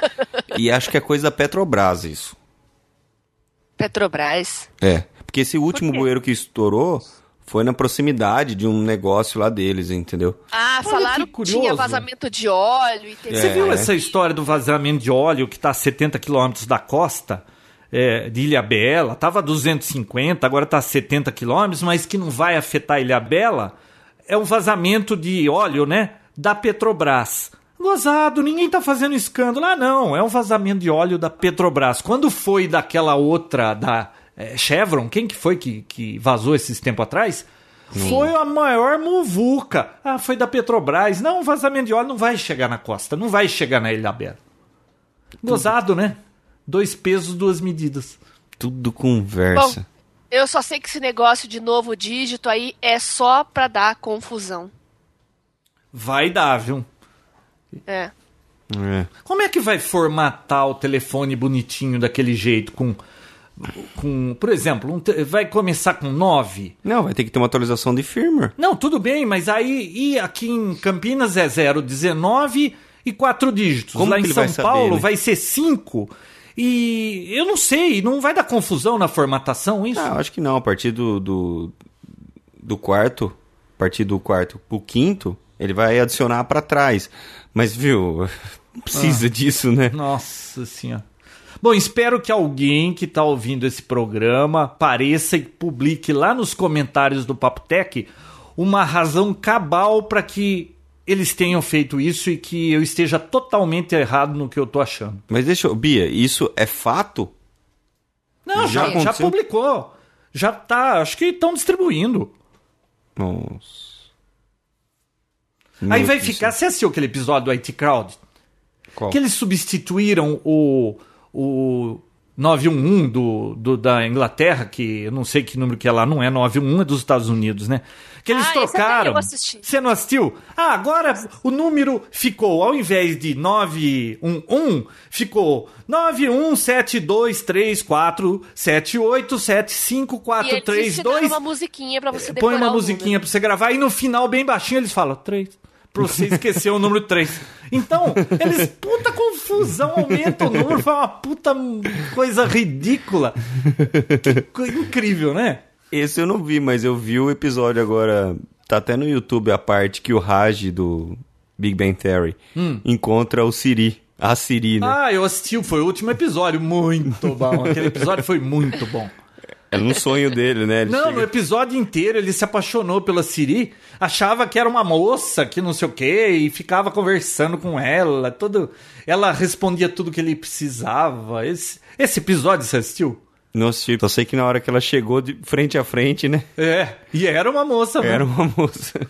e acho que é coisa da Petrobras isso. Petrobras. É. Porque esse último quê? bueiro que estourou foi na proximidade de um negócio lá deles, entendeu? Ah, Olha falaram que que tinha curioso. vazamento de óleo e teve... Você É. viu essa história do vazamento de óleo que está a 70 quilômetros da costa é, de Ilha Bela? Tava a 250, agora está a 70 quilômetros, mas que não vai afetar Ilha Bela. É um vazamento de óleo, né? Da Petrobras. Gozado, ninguém tá fazendo escândalo. Ah, não, é um vazamento de óleo da Petrobras. Quando foi daquela outra, da é, Chevron, quem que foi que, que vazou esses tempo atrás? Foi a maior muvuca. Ah, foi da Petrobras. Não, o vazamento de óleo não vai chegar na costa, não vai chegar na Ilha Bela. Gozado, né? Dois pesos, duas medidas. Tudo Bom, conversa. eu só sei que esse negócio de novo dígito aí é só pra dar confusão. Vai dar, viu? É. É. Como é que vai formatar o telefone bonitinho daquele jeito com com, por exemplo, um te- vai começar com 9? Não, vai ter que ter uma atualização de firmware. Não, tudo bem, mas aí e aqui em Campinas é 019 e quatro dígitos. Como Lá que em ele São vai saber, Paulo né? vai ser 5. E eu não sei, não vai dar confusão na formatação isso? Ah, acho que não. A partir do, do, do quarto, a partir do quarto pro quinto, Ele vai adicionar pra trás. Mas, viu, não Ah. precisa disso, né? Nossa senhora. Bom, espero que alguém que está ouvindo esse programa pareça e publique lá nos comentários do Papo Tech uma razão cabal para que eles tenham feito isso e que eu esteja totalmente errado no que eu estou achando. Mas deixa eu... Bia, isso é fato? Não, Já já, já, aconteceu? publicou. Já tá, acho que estão distribuindo. Nossa. Aí vai Notícia. ficar, você assistiu aquele episódio do IT Crowd? Qual? Que eles substituíram o, o 911 do, do- da Inglaterra, que eu não sei que número que é lá, não é 911, é dos Estados Unidos, né? Que eles Ah, esse até trocaram. eu assisti. Você não assistiu? Ah, agora o número ficou, ao invés de 911, ficou E é né? eles ensinaram 91723478782. uma musiquinha pra você depois. Põe uma musiquinha pra você gravar e no final, bem baixinho, eles falam 3. Pra você esquecer o número 3. Então, eles, puta confusão, aumenta o número, foi uma puta coisa ridícula. Que co- incrível, né? Esse eu não vi, mas eu vi o episódio agora. Tá até no YouTube a parte que o Raj do Big Bang Theory encontra o Siri. A Siri, né? Hum. Ah, eu assisti, foi o último episódio, muito bom. Aquele episódio foi muito bom. Era um sonho dele, né? Ele Não, chega- no episódio inteiro ele se apaixonou pela Siri, achava que era uma moça, que não sei o quê, e ficava conversando com ela. Todo... Ela respondia tudo que ele precisava. Esse, esse episódio você assistiu? Não assisti. Só sei que na hora que ela chegou de frente a frente, né? É, e era uma moça, Era né? uma moça.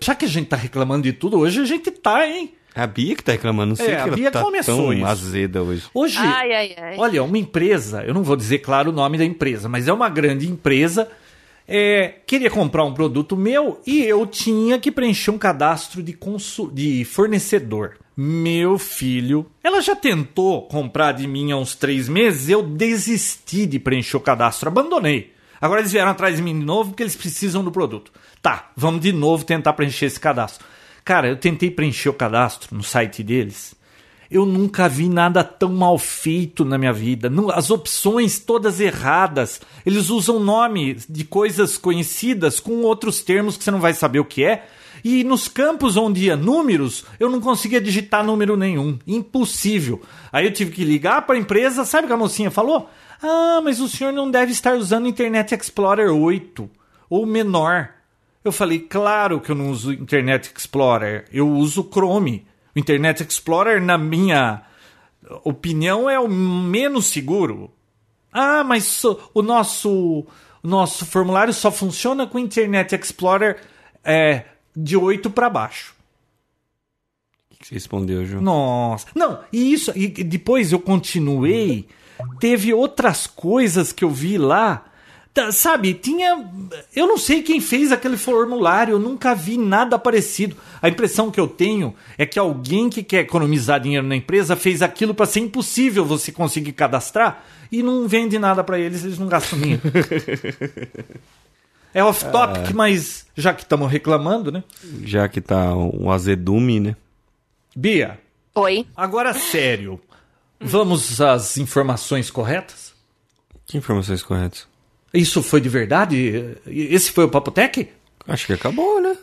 Já que a gente tá reclamando de tudo, hoje a gente tá, hein? A Bia que tá reclamando, não sei É, a que ela Bia tá começou tão isso. azeda hoje. Hoje, Ai, ai, ai. Olha, uma empresa, eu não vou dizer claro o nome da empresa, mas é uma grande empresa. é, queria comprar um produto meu e eu tinha que preencher um cadastro de, consu- de fornecedor. Meu filho, ela já tentou comprar de mim há uns três meses, eu desisti de preencher o cadastro, abandonei. Agora eles vieram atrás de mim de novo porque eles precisam do produto. Tá, vamos de novo tentar preencher esse cadastro. Cara, eu tentei preencher o cadastro no site deles. Eu nunca vi nada tão mal feito na minha vida. Nu- As opções todas erradas. Eles usam nomes de coisas conhecidas com outros termos que você não vai saber o que é. E nos campos onde ia números, eu não conseguia digitar número nenhum. Impossível. Aí eu tive que ligar para a empresa. Sabe o que a mocinha falou? Ah, mas o senhor não deve estar usando Internet Explorer 8 ou menor. Eu falei, claro que eu não uso Internet Explorer, eu uso Chrome. O Internet Explorer, na minha opinião, é o menos seguro. Ah, mas so- o nosso, o nosso formulário só funciona com Internet Explorer é, de 8 para baixo. O que você respondeu, João? Nossa. Não, e isso. E e depois eu continuei. Teve outras coisas que eu vi lá. Tá, Sabe, tinha. Eu não sei quem fez aquele formulário, eu nunca vi nada parecido. A impressão que eu tenho é que alguém que quer economizar dinheiro na empresa fez aquilo para ser impossível você conseguir cadastrar e não vende nada para eles, eles não gastam dinheiro. é off-topic, mas já que estamos reclamando, né? Já que tá um azedume, né? Bia, Oi. Agora, sério, vamos às informações corretas? Que informações corretas? Isso foi de verdade? Esse foi o Papotec? Acho que acabou, né?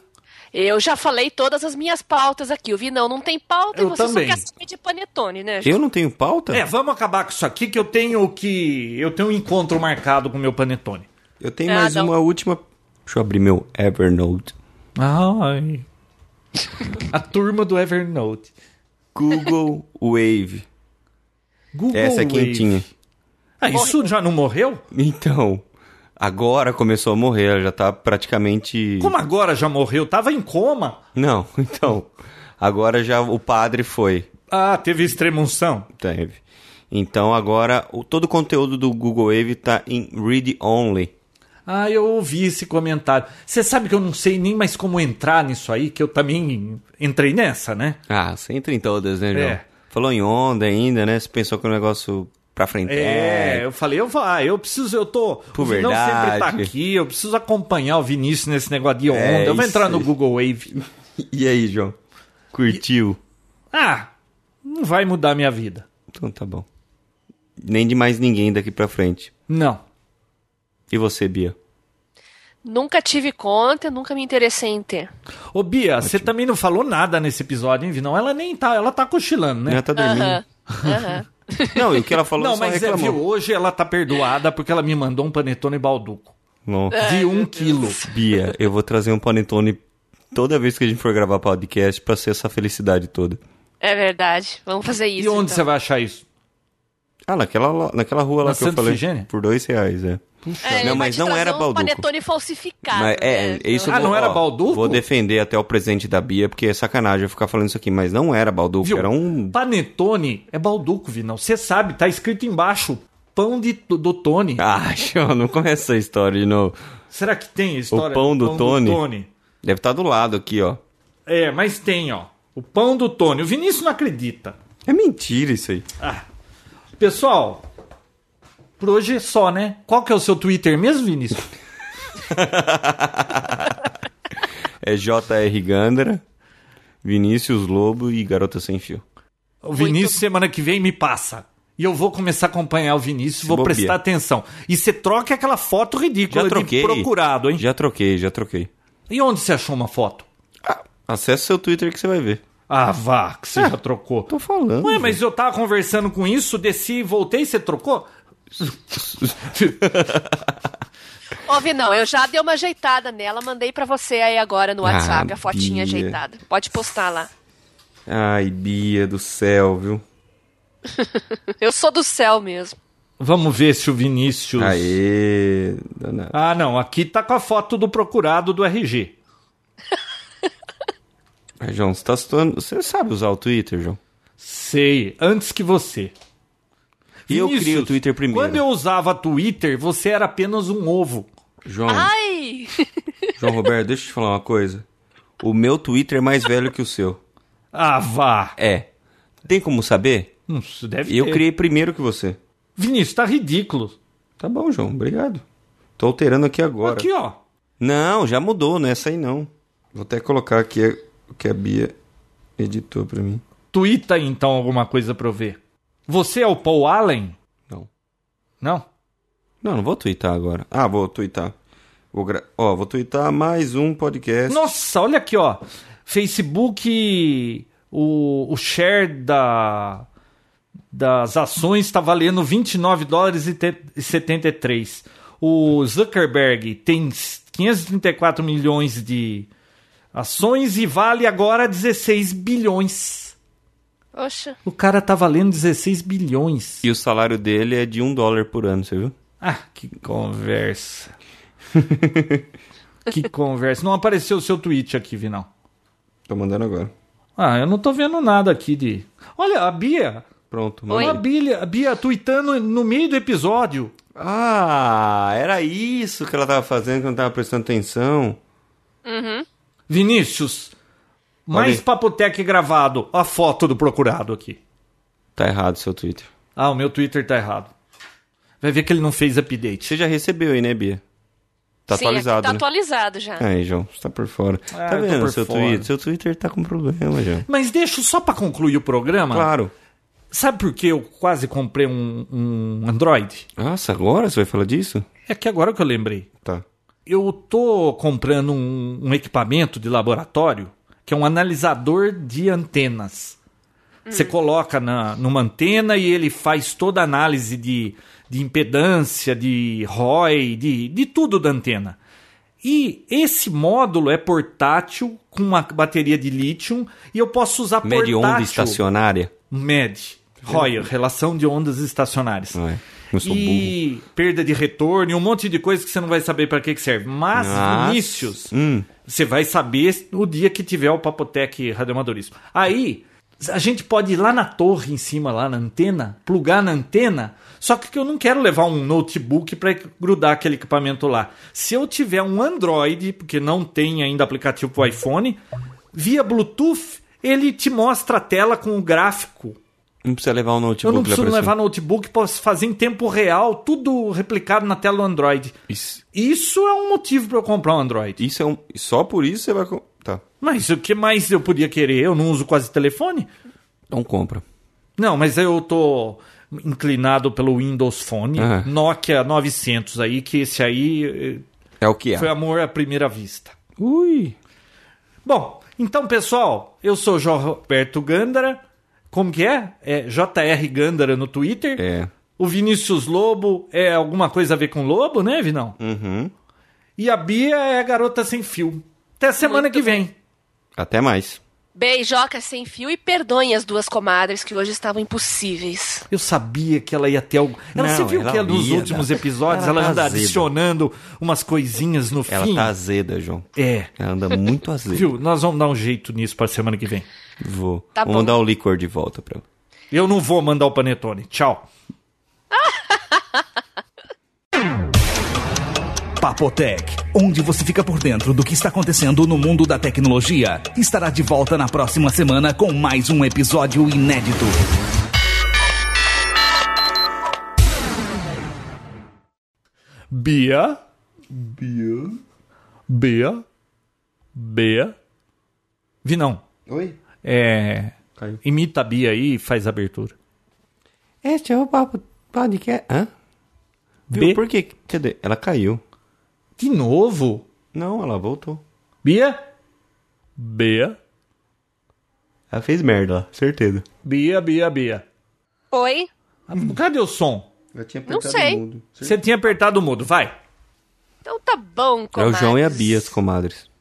Eu já falei todas as minhas pautas aqui. O Vinão não tem pauta Eu e você também. só quer saber de panetone, né? Eu não tenho pauta? É, vamos acabar com isso aqui que eu tenho que. Eu tenho um encontro marcado com o meu Panetone. Eu tenho Ah, mais não. uma última. Deixa eu abrir meu Evernote. Ai. A turma do Evernote. Google Wave. Google Essa é Wave. quentinha. Ah, isso já não morreu? Então, agora começou a morrer, ela já tá praticamente. Como agora já morreu? Tava em coma. Não, então. Agora já o padre foi. Ah, teve extremunção. Teve. Então agora o, todo o conteúdo do Google Wave tá em read only. Ah, eu ouvi esse comentário. Você sabe que eu não sei nem mais como entrar nisso aí, que eu também entrei nessa, né? Ah, você entra em todas, né, João? É. Falou em onda ainda, né? Você pensou que o negócio pra frente. É, eu falei, eu vou, ah, eu preciso, eu tô. o Vinão Puberdade. sempre tá aqui, eu preciso acompanhar o Vinícius nesse negócio de onda. É, eu vou isso entrar no aí. Google Wave. E aí, João? Curtiu? Ah, não vai mudar a minha vida. Então tá bom. Nem de mais ninguém daqui pra frente. Não. E você, Bia? Nunca tive conta, nunca me interessei em ter. Ô, Bia, você também não falou nada nesse episódio, hein, Vinão? Ela nem tá, ela tá cochilando, né? Ela tá dormindo. Aham. Aham. Não, e o que ela falou Não, só mas é, reclamou. viu, hoje ela tá perdoada porque ela me mandou um panetone balduco. Não. De um quilo. Bia, eu vou trazer um panetone toda vez que a gente for gravar podcast pra ser essa felicidade toda. É verdade. Vamos fazer isso. e onde então. você vai achar isso? Ah, naquela, lo- naquela rua lá Na que eu Santa falei. Ifigênia? Por dois reais, é. É, ele Não, vai mas te não trazer era um balduco. panetone falsificado. Mas, é, né? é, isso eu Ah, vou- não era ó, balduco? Vou defender até o presente da Bia, porque é sacanagem eu ficar falando isso aqui, mas não era balduco, Viu? era um. Panetone é balduco, Vinão. Você sabe, tá escrito embaixo. Pão de, do Tony. Ah, show, não começa a história de novo. Será que tem a história pão do Tony? Tony? Deve estar do lado aqui, ó. É, mas tem, ó. O pão do Tony. O Vinícius não acredita. É mentira isso aí. Pessoal, por hoje é só, né? Qual que é o seu Twitter mesmo, Vinícius? É JR Gandra, Vinícius Lobo e Garota Sem Fio. O Vinícius, semana que vem, me passa. E eu vou começar a acompanhar o Vinícius, vou bobear. prestar atenção. E você troca aquela foto ridícula Já de troquei. procurado, hein? Já troquei, já troquei. E onde você achou uma foto? Acesse Ah, seu Twitter que você vai ver. Ah, vá, que você já trocou. É. Tô falando. Ué, mas eu tava conversando com isso, desci e voltei, você trocou? Ouve, não, eu já dei uma ajeitada nela, mandei pra você aí agora no WhatsApp Ah, a fotinha Bia. ajeitada. Pode postar lá. Ai, Bia do céu, viu? Eu sou do céu mesmo. Vamos ver se o Vinícius. Aê, danado. Ah, não, aqui tá com a foto do procurado do RG. Ai, João, você tá situando... Você sabe usar o Twitter, João? Sei, antes que você. Eu Vinícius, criei o Twitter primeiro. Quando eu usava Twitter, você era apenas um ovo. João, Ah! Ai! João Roberto, deixa eu te falar uma coisa. O meu Twitter é mais velho que o seu. Ah, vá. É. Tem como saber? Hum, Isso deve Eu ter. criei primeiro que você. Vinícius, tá ridículo. Tá bom, João, obrigado. Tô alterando aqui agora. Aqui, ó. Não, já mudou, não é essa aí não. Vou até colocar aqui o que a Bia editou pra mim. Twitta então alguma coisa pra eu ver. Você é o Paul Allen? Não. Não? Não, não vou twittar agora. Ah, vou twittar. Vou gra... Ó, vou twittar mais um podcast. Nossa, olha aqui, ó. Facebook, o, o share da, das ações está valendo 29 dólares e te- e 73. O Zuckerberg tem 534 milhões de ações e vale agora 16 bilhões. Oxa. O cara tá valendo 16 bilhões. E o salário dele é de um dólar por ano, você viu? Ah, que conversa. que conversa. Não apareceu o seu tweet aqui, Vinão. Tô mandando agora. Ah, eu não tô vendo nada aqui de. Olha, a Bia. Pronto, Oi? A mandei. Bia, a Bia tweetando no meio do episódio. Ah, era isso que ela tava fazendo que eu não tava prestando atenção. Vinícius, mais aí. Papotec gravado. A foto do procurado aqui. Tá errado o seu Twitter. Ah, o meu Twitter tá errado. Vai ver que ele não fez update. Você já recebeu aí, né, Bia? Tá Sim, atualizado, aqui tá né? atualizado já. Aí, João, você tá por fora. Ah, tá eu tô vendo por seu fora. Twitter? Seu Twitter tá com problema, João. Mas deixa só pra concluir o programa. Claro. Sabe por que eu quase comprei um, um Android? Nossa, agora você vai falar disso? É que agora que eu lembrei. Tá. Eu tô comprando um, um equipamento de laboratório que é um analisador de antenas. Você coloca na, numa antena e ele faz toda a análise de, de impedância, de ROI, de, de tudo da antena. E esse módulo é portátil com uma bateria de lítio e eu posso usar Mede portátil. onda estacionária? MED. ROI, relação de ondas estacionárias Não é. Eu sou burro. e perda de retorno e um monte de coisa que você não vai saber para que, que serve. Mas, Nossa. Vinícius, Hum. você vai saber no dia que tiver o Papotec Radioamadorismo. Aí, a gente pode ir lá na torre em cima, lá na antena, plugar na antena. Só que eu não quero levar um notebook para grudar aquele equipamento lá. Se eu tiver um Android, porque não tem ainda aplicativo para iPhone, via Bluetooth, ele te mostra a tela com o gráfico Não precisa levar o notebook eu não lá preciso pra cima. levar notebook, posso fazer em tempo real, tudo replicado na tela do Android. Isso, Isso é um motivo para eu comprar um Android. isso é um. Só por isso você vai. com- Tá. Mas o que mais eu podia querer? Eu não uso quase telefone? Então compra. Não, mas eu tô inclinado pelo Windows Phone, Ah. Nokia 900 aí, que esse aí eh, É o que é. Foi amor à primeira vista. Ui. Bom, então, pessoal, eu sou João Roberto Gandara. Como que é? É JR Gandara no Twitter. É. O Vinícius Lobo é alguma coisa a ver com lobo, né, Vinão? Uhum. E a Bia é a garota sem fio. Até semana Muito que vem. Até mais. Beijoca sem fio e perdoem as duas comadres que hoje estavam impossíveis. Eu sabia que ela ia ter algo. Ela Não, você viu ela que nos ia últimos dar- episódios ela ela, tá anda azeda. adicionando umas coisinhas no Ela fim. tá azeda, João. É. Ela anda muito azeda. Viu? Nós vamos dar um jeito nisso para semana que vem. Vou. Tá Vou bom. mandar o licor de volta pra ela. Eu não vou mandar o panetone. Tchau. Papotec, onde você fica por dentro do que está acontecendo no mundo da tecnologia, estará de volta na próxima semana com mais um episódio inédito. Bia. Bia. Bia. Bia. Vinão. Oi? É. Caiu. Imita a Bia aí e faz a abertura. Este é o papo podcast. Hã? Viu? B. Por que? Cadê? Ela caiu. De novo? Não, ela voltou. Bia? Bia? Ela fez merda lá, certeza. Bia, Bia, Bia. Oi? Cadê o som? Eu tinha Não sei. Você tinha apertado o mudo, vai. Então tá bom, É o comadres. João e a Bia, as comadres.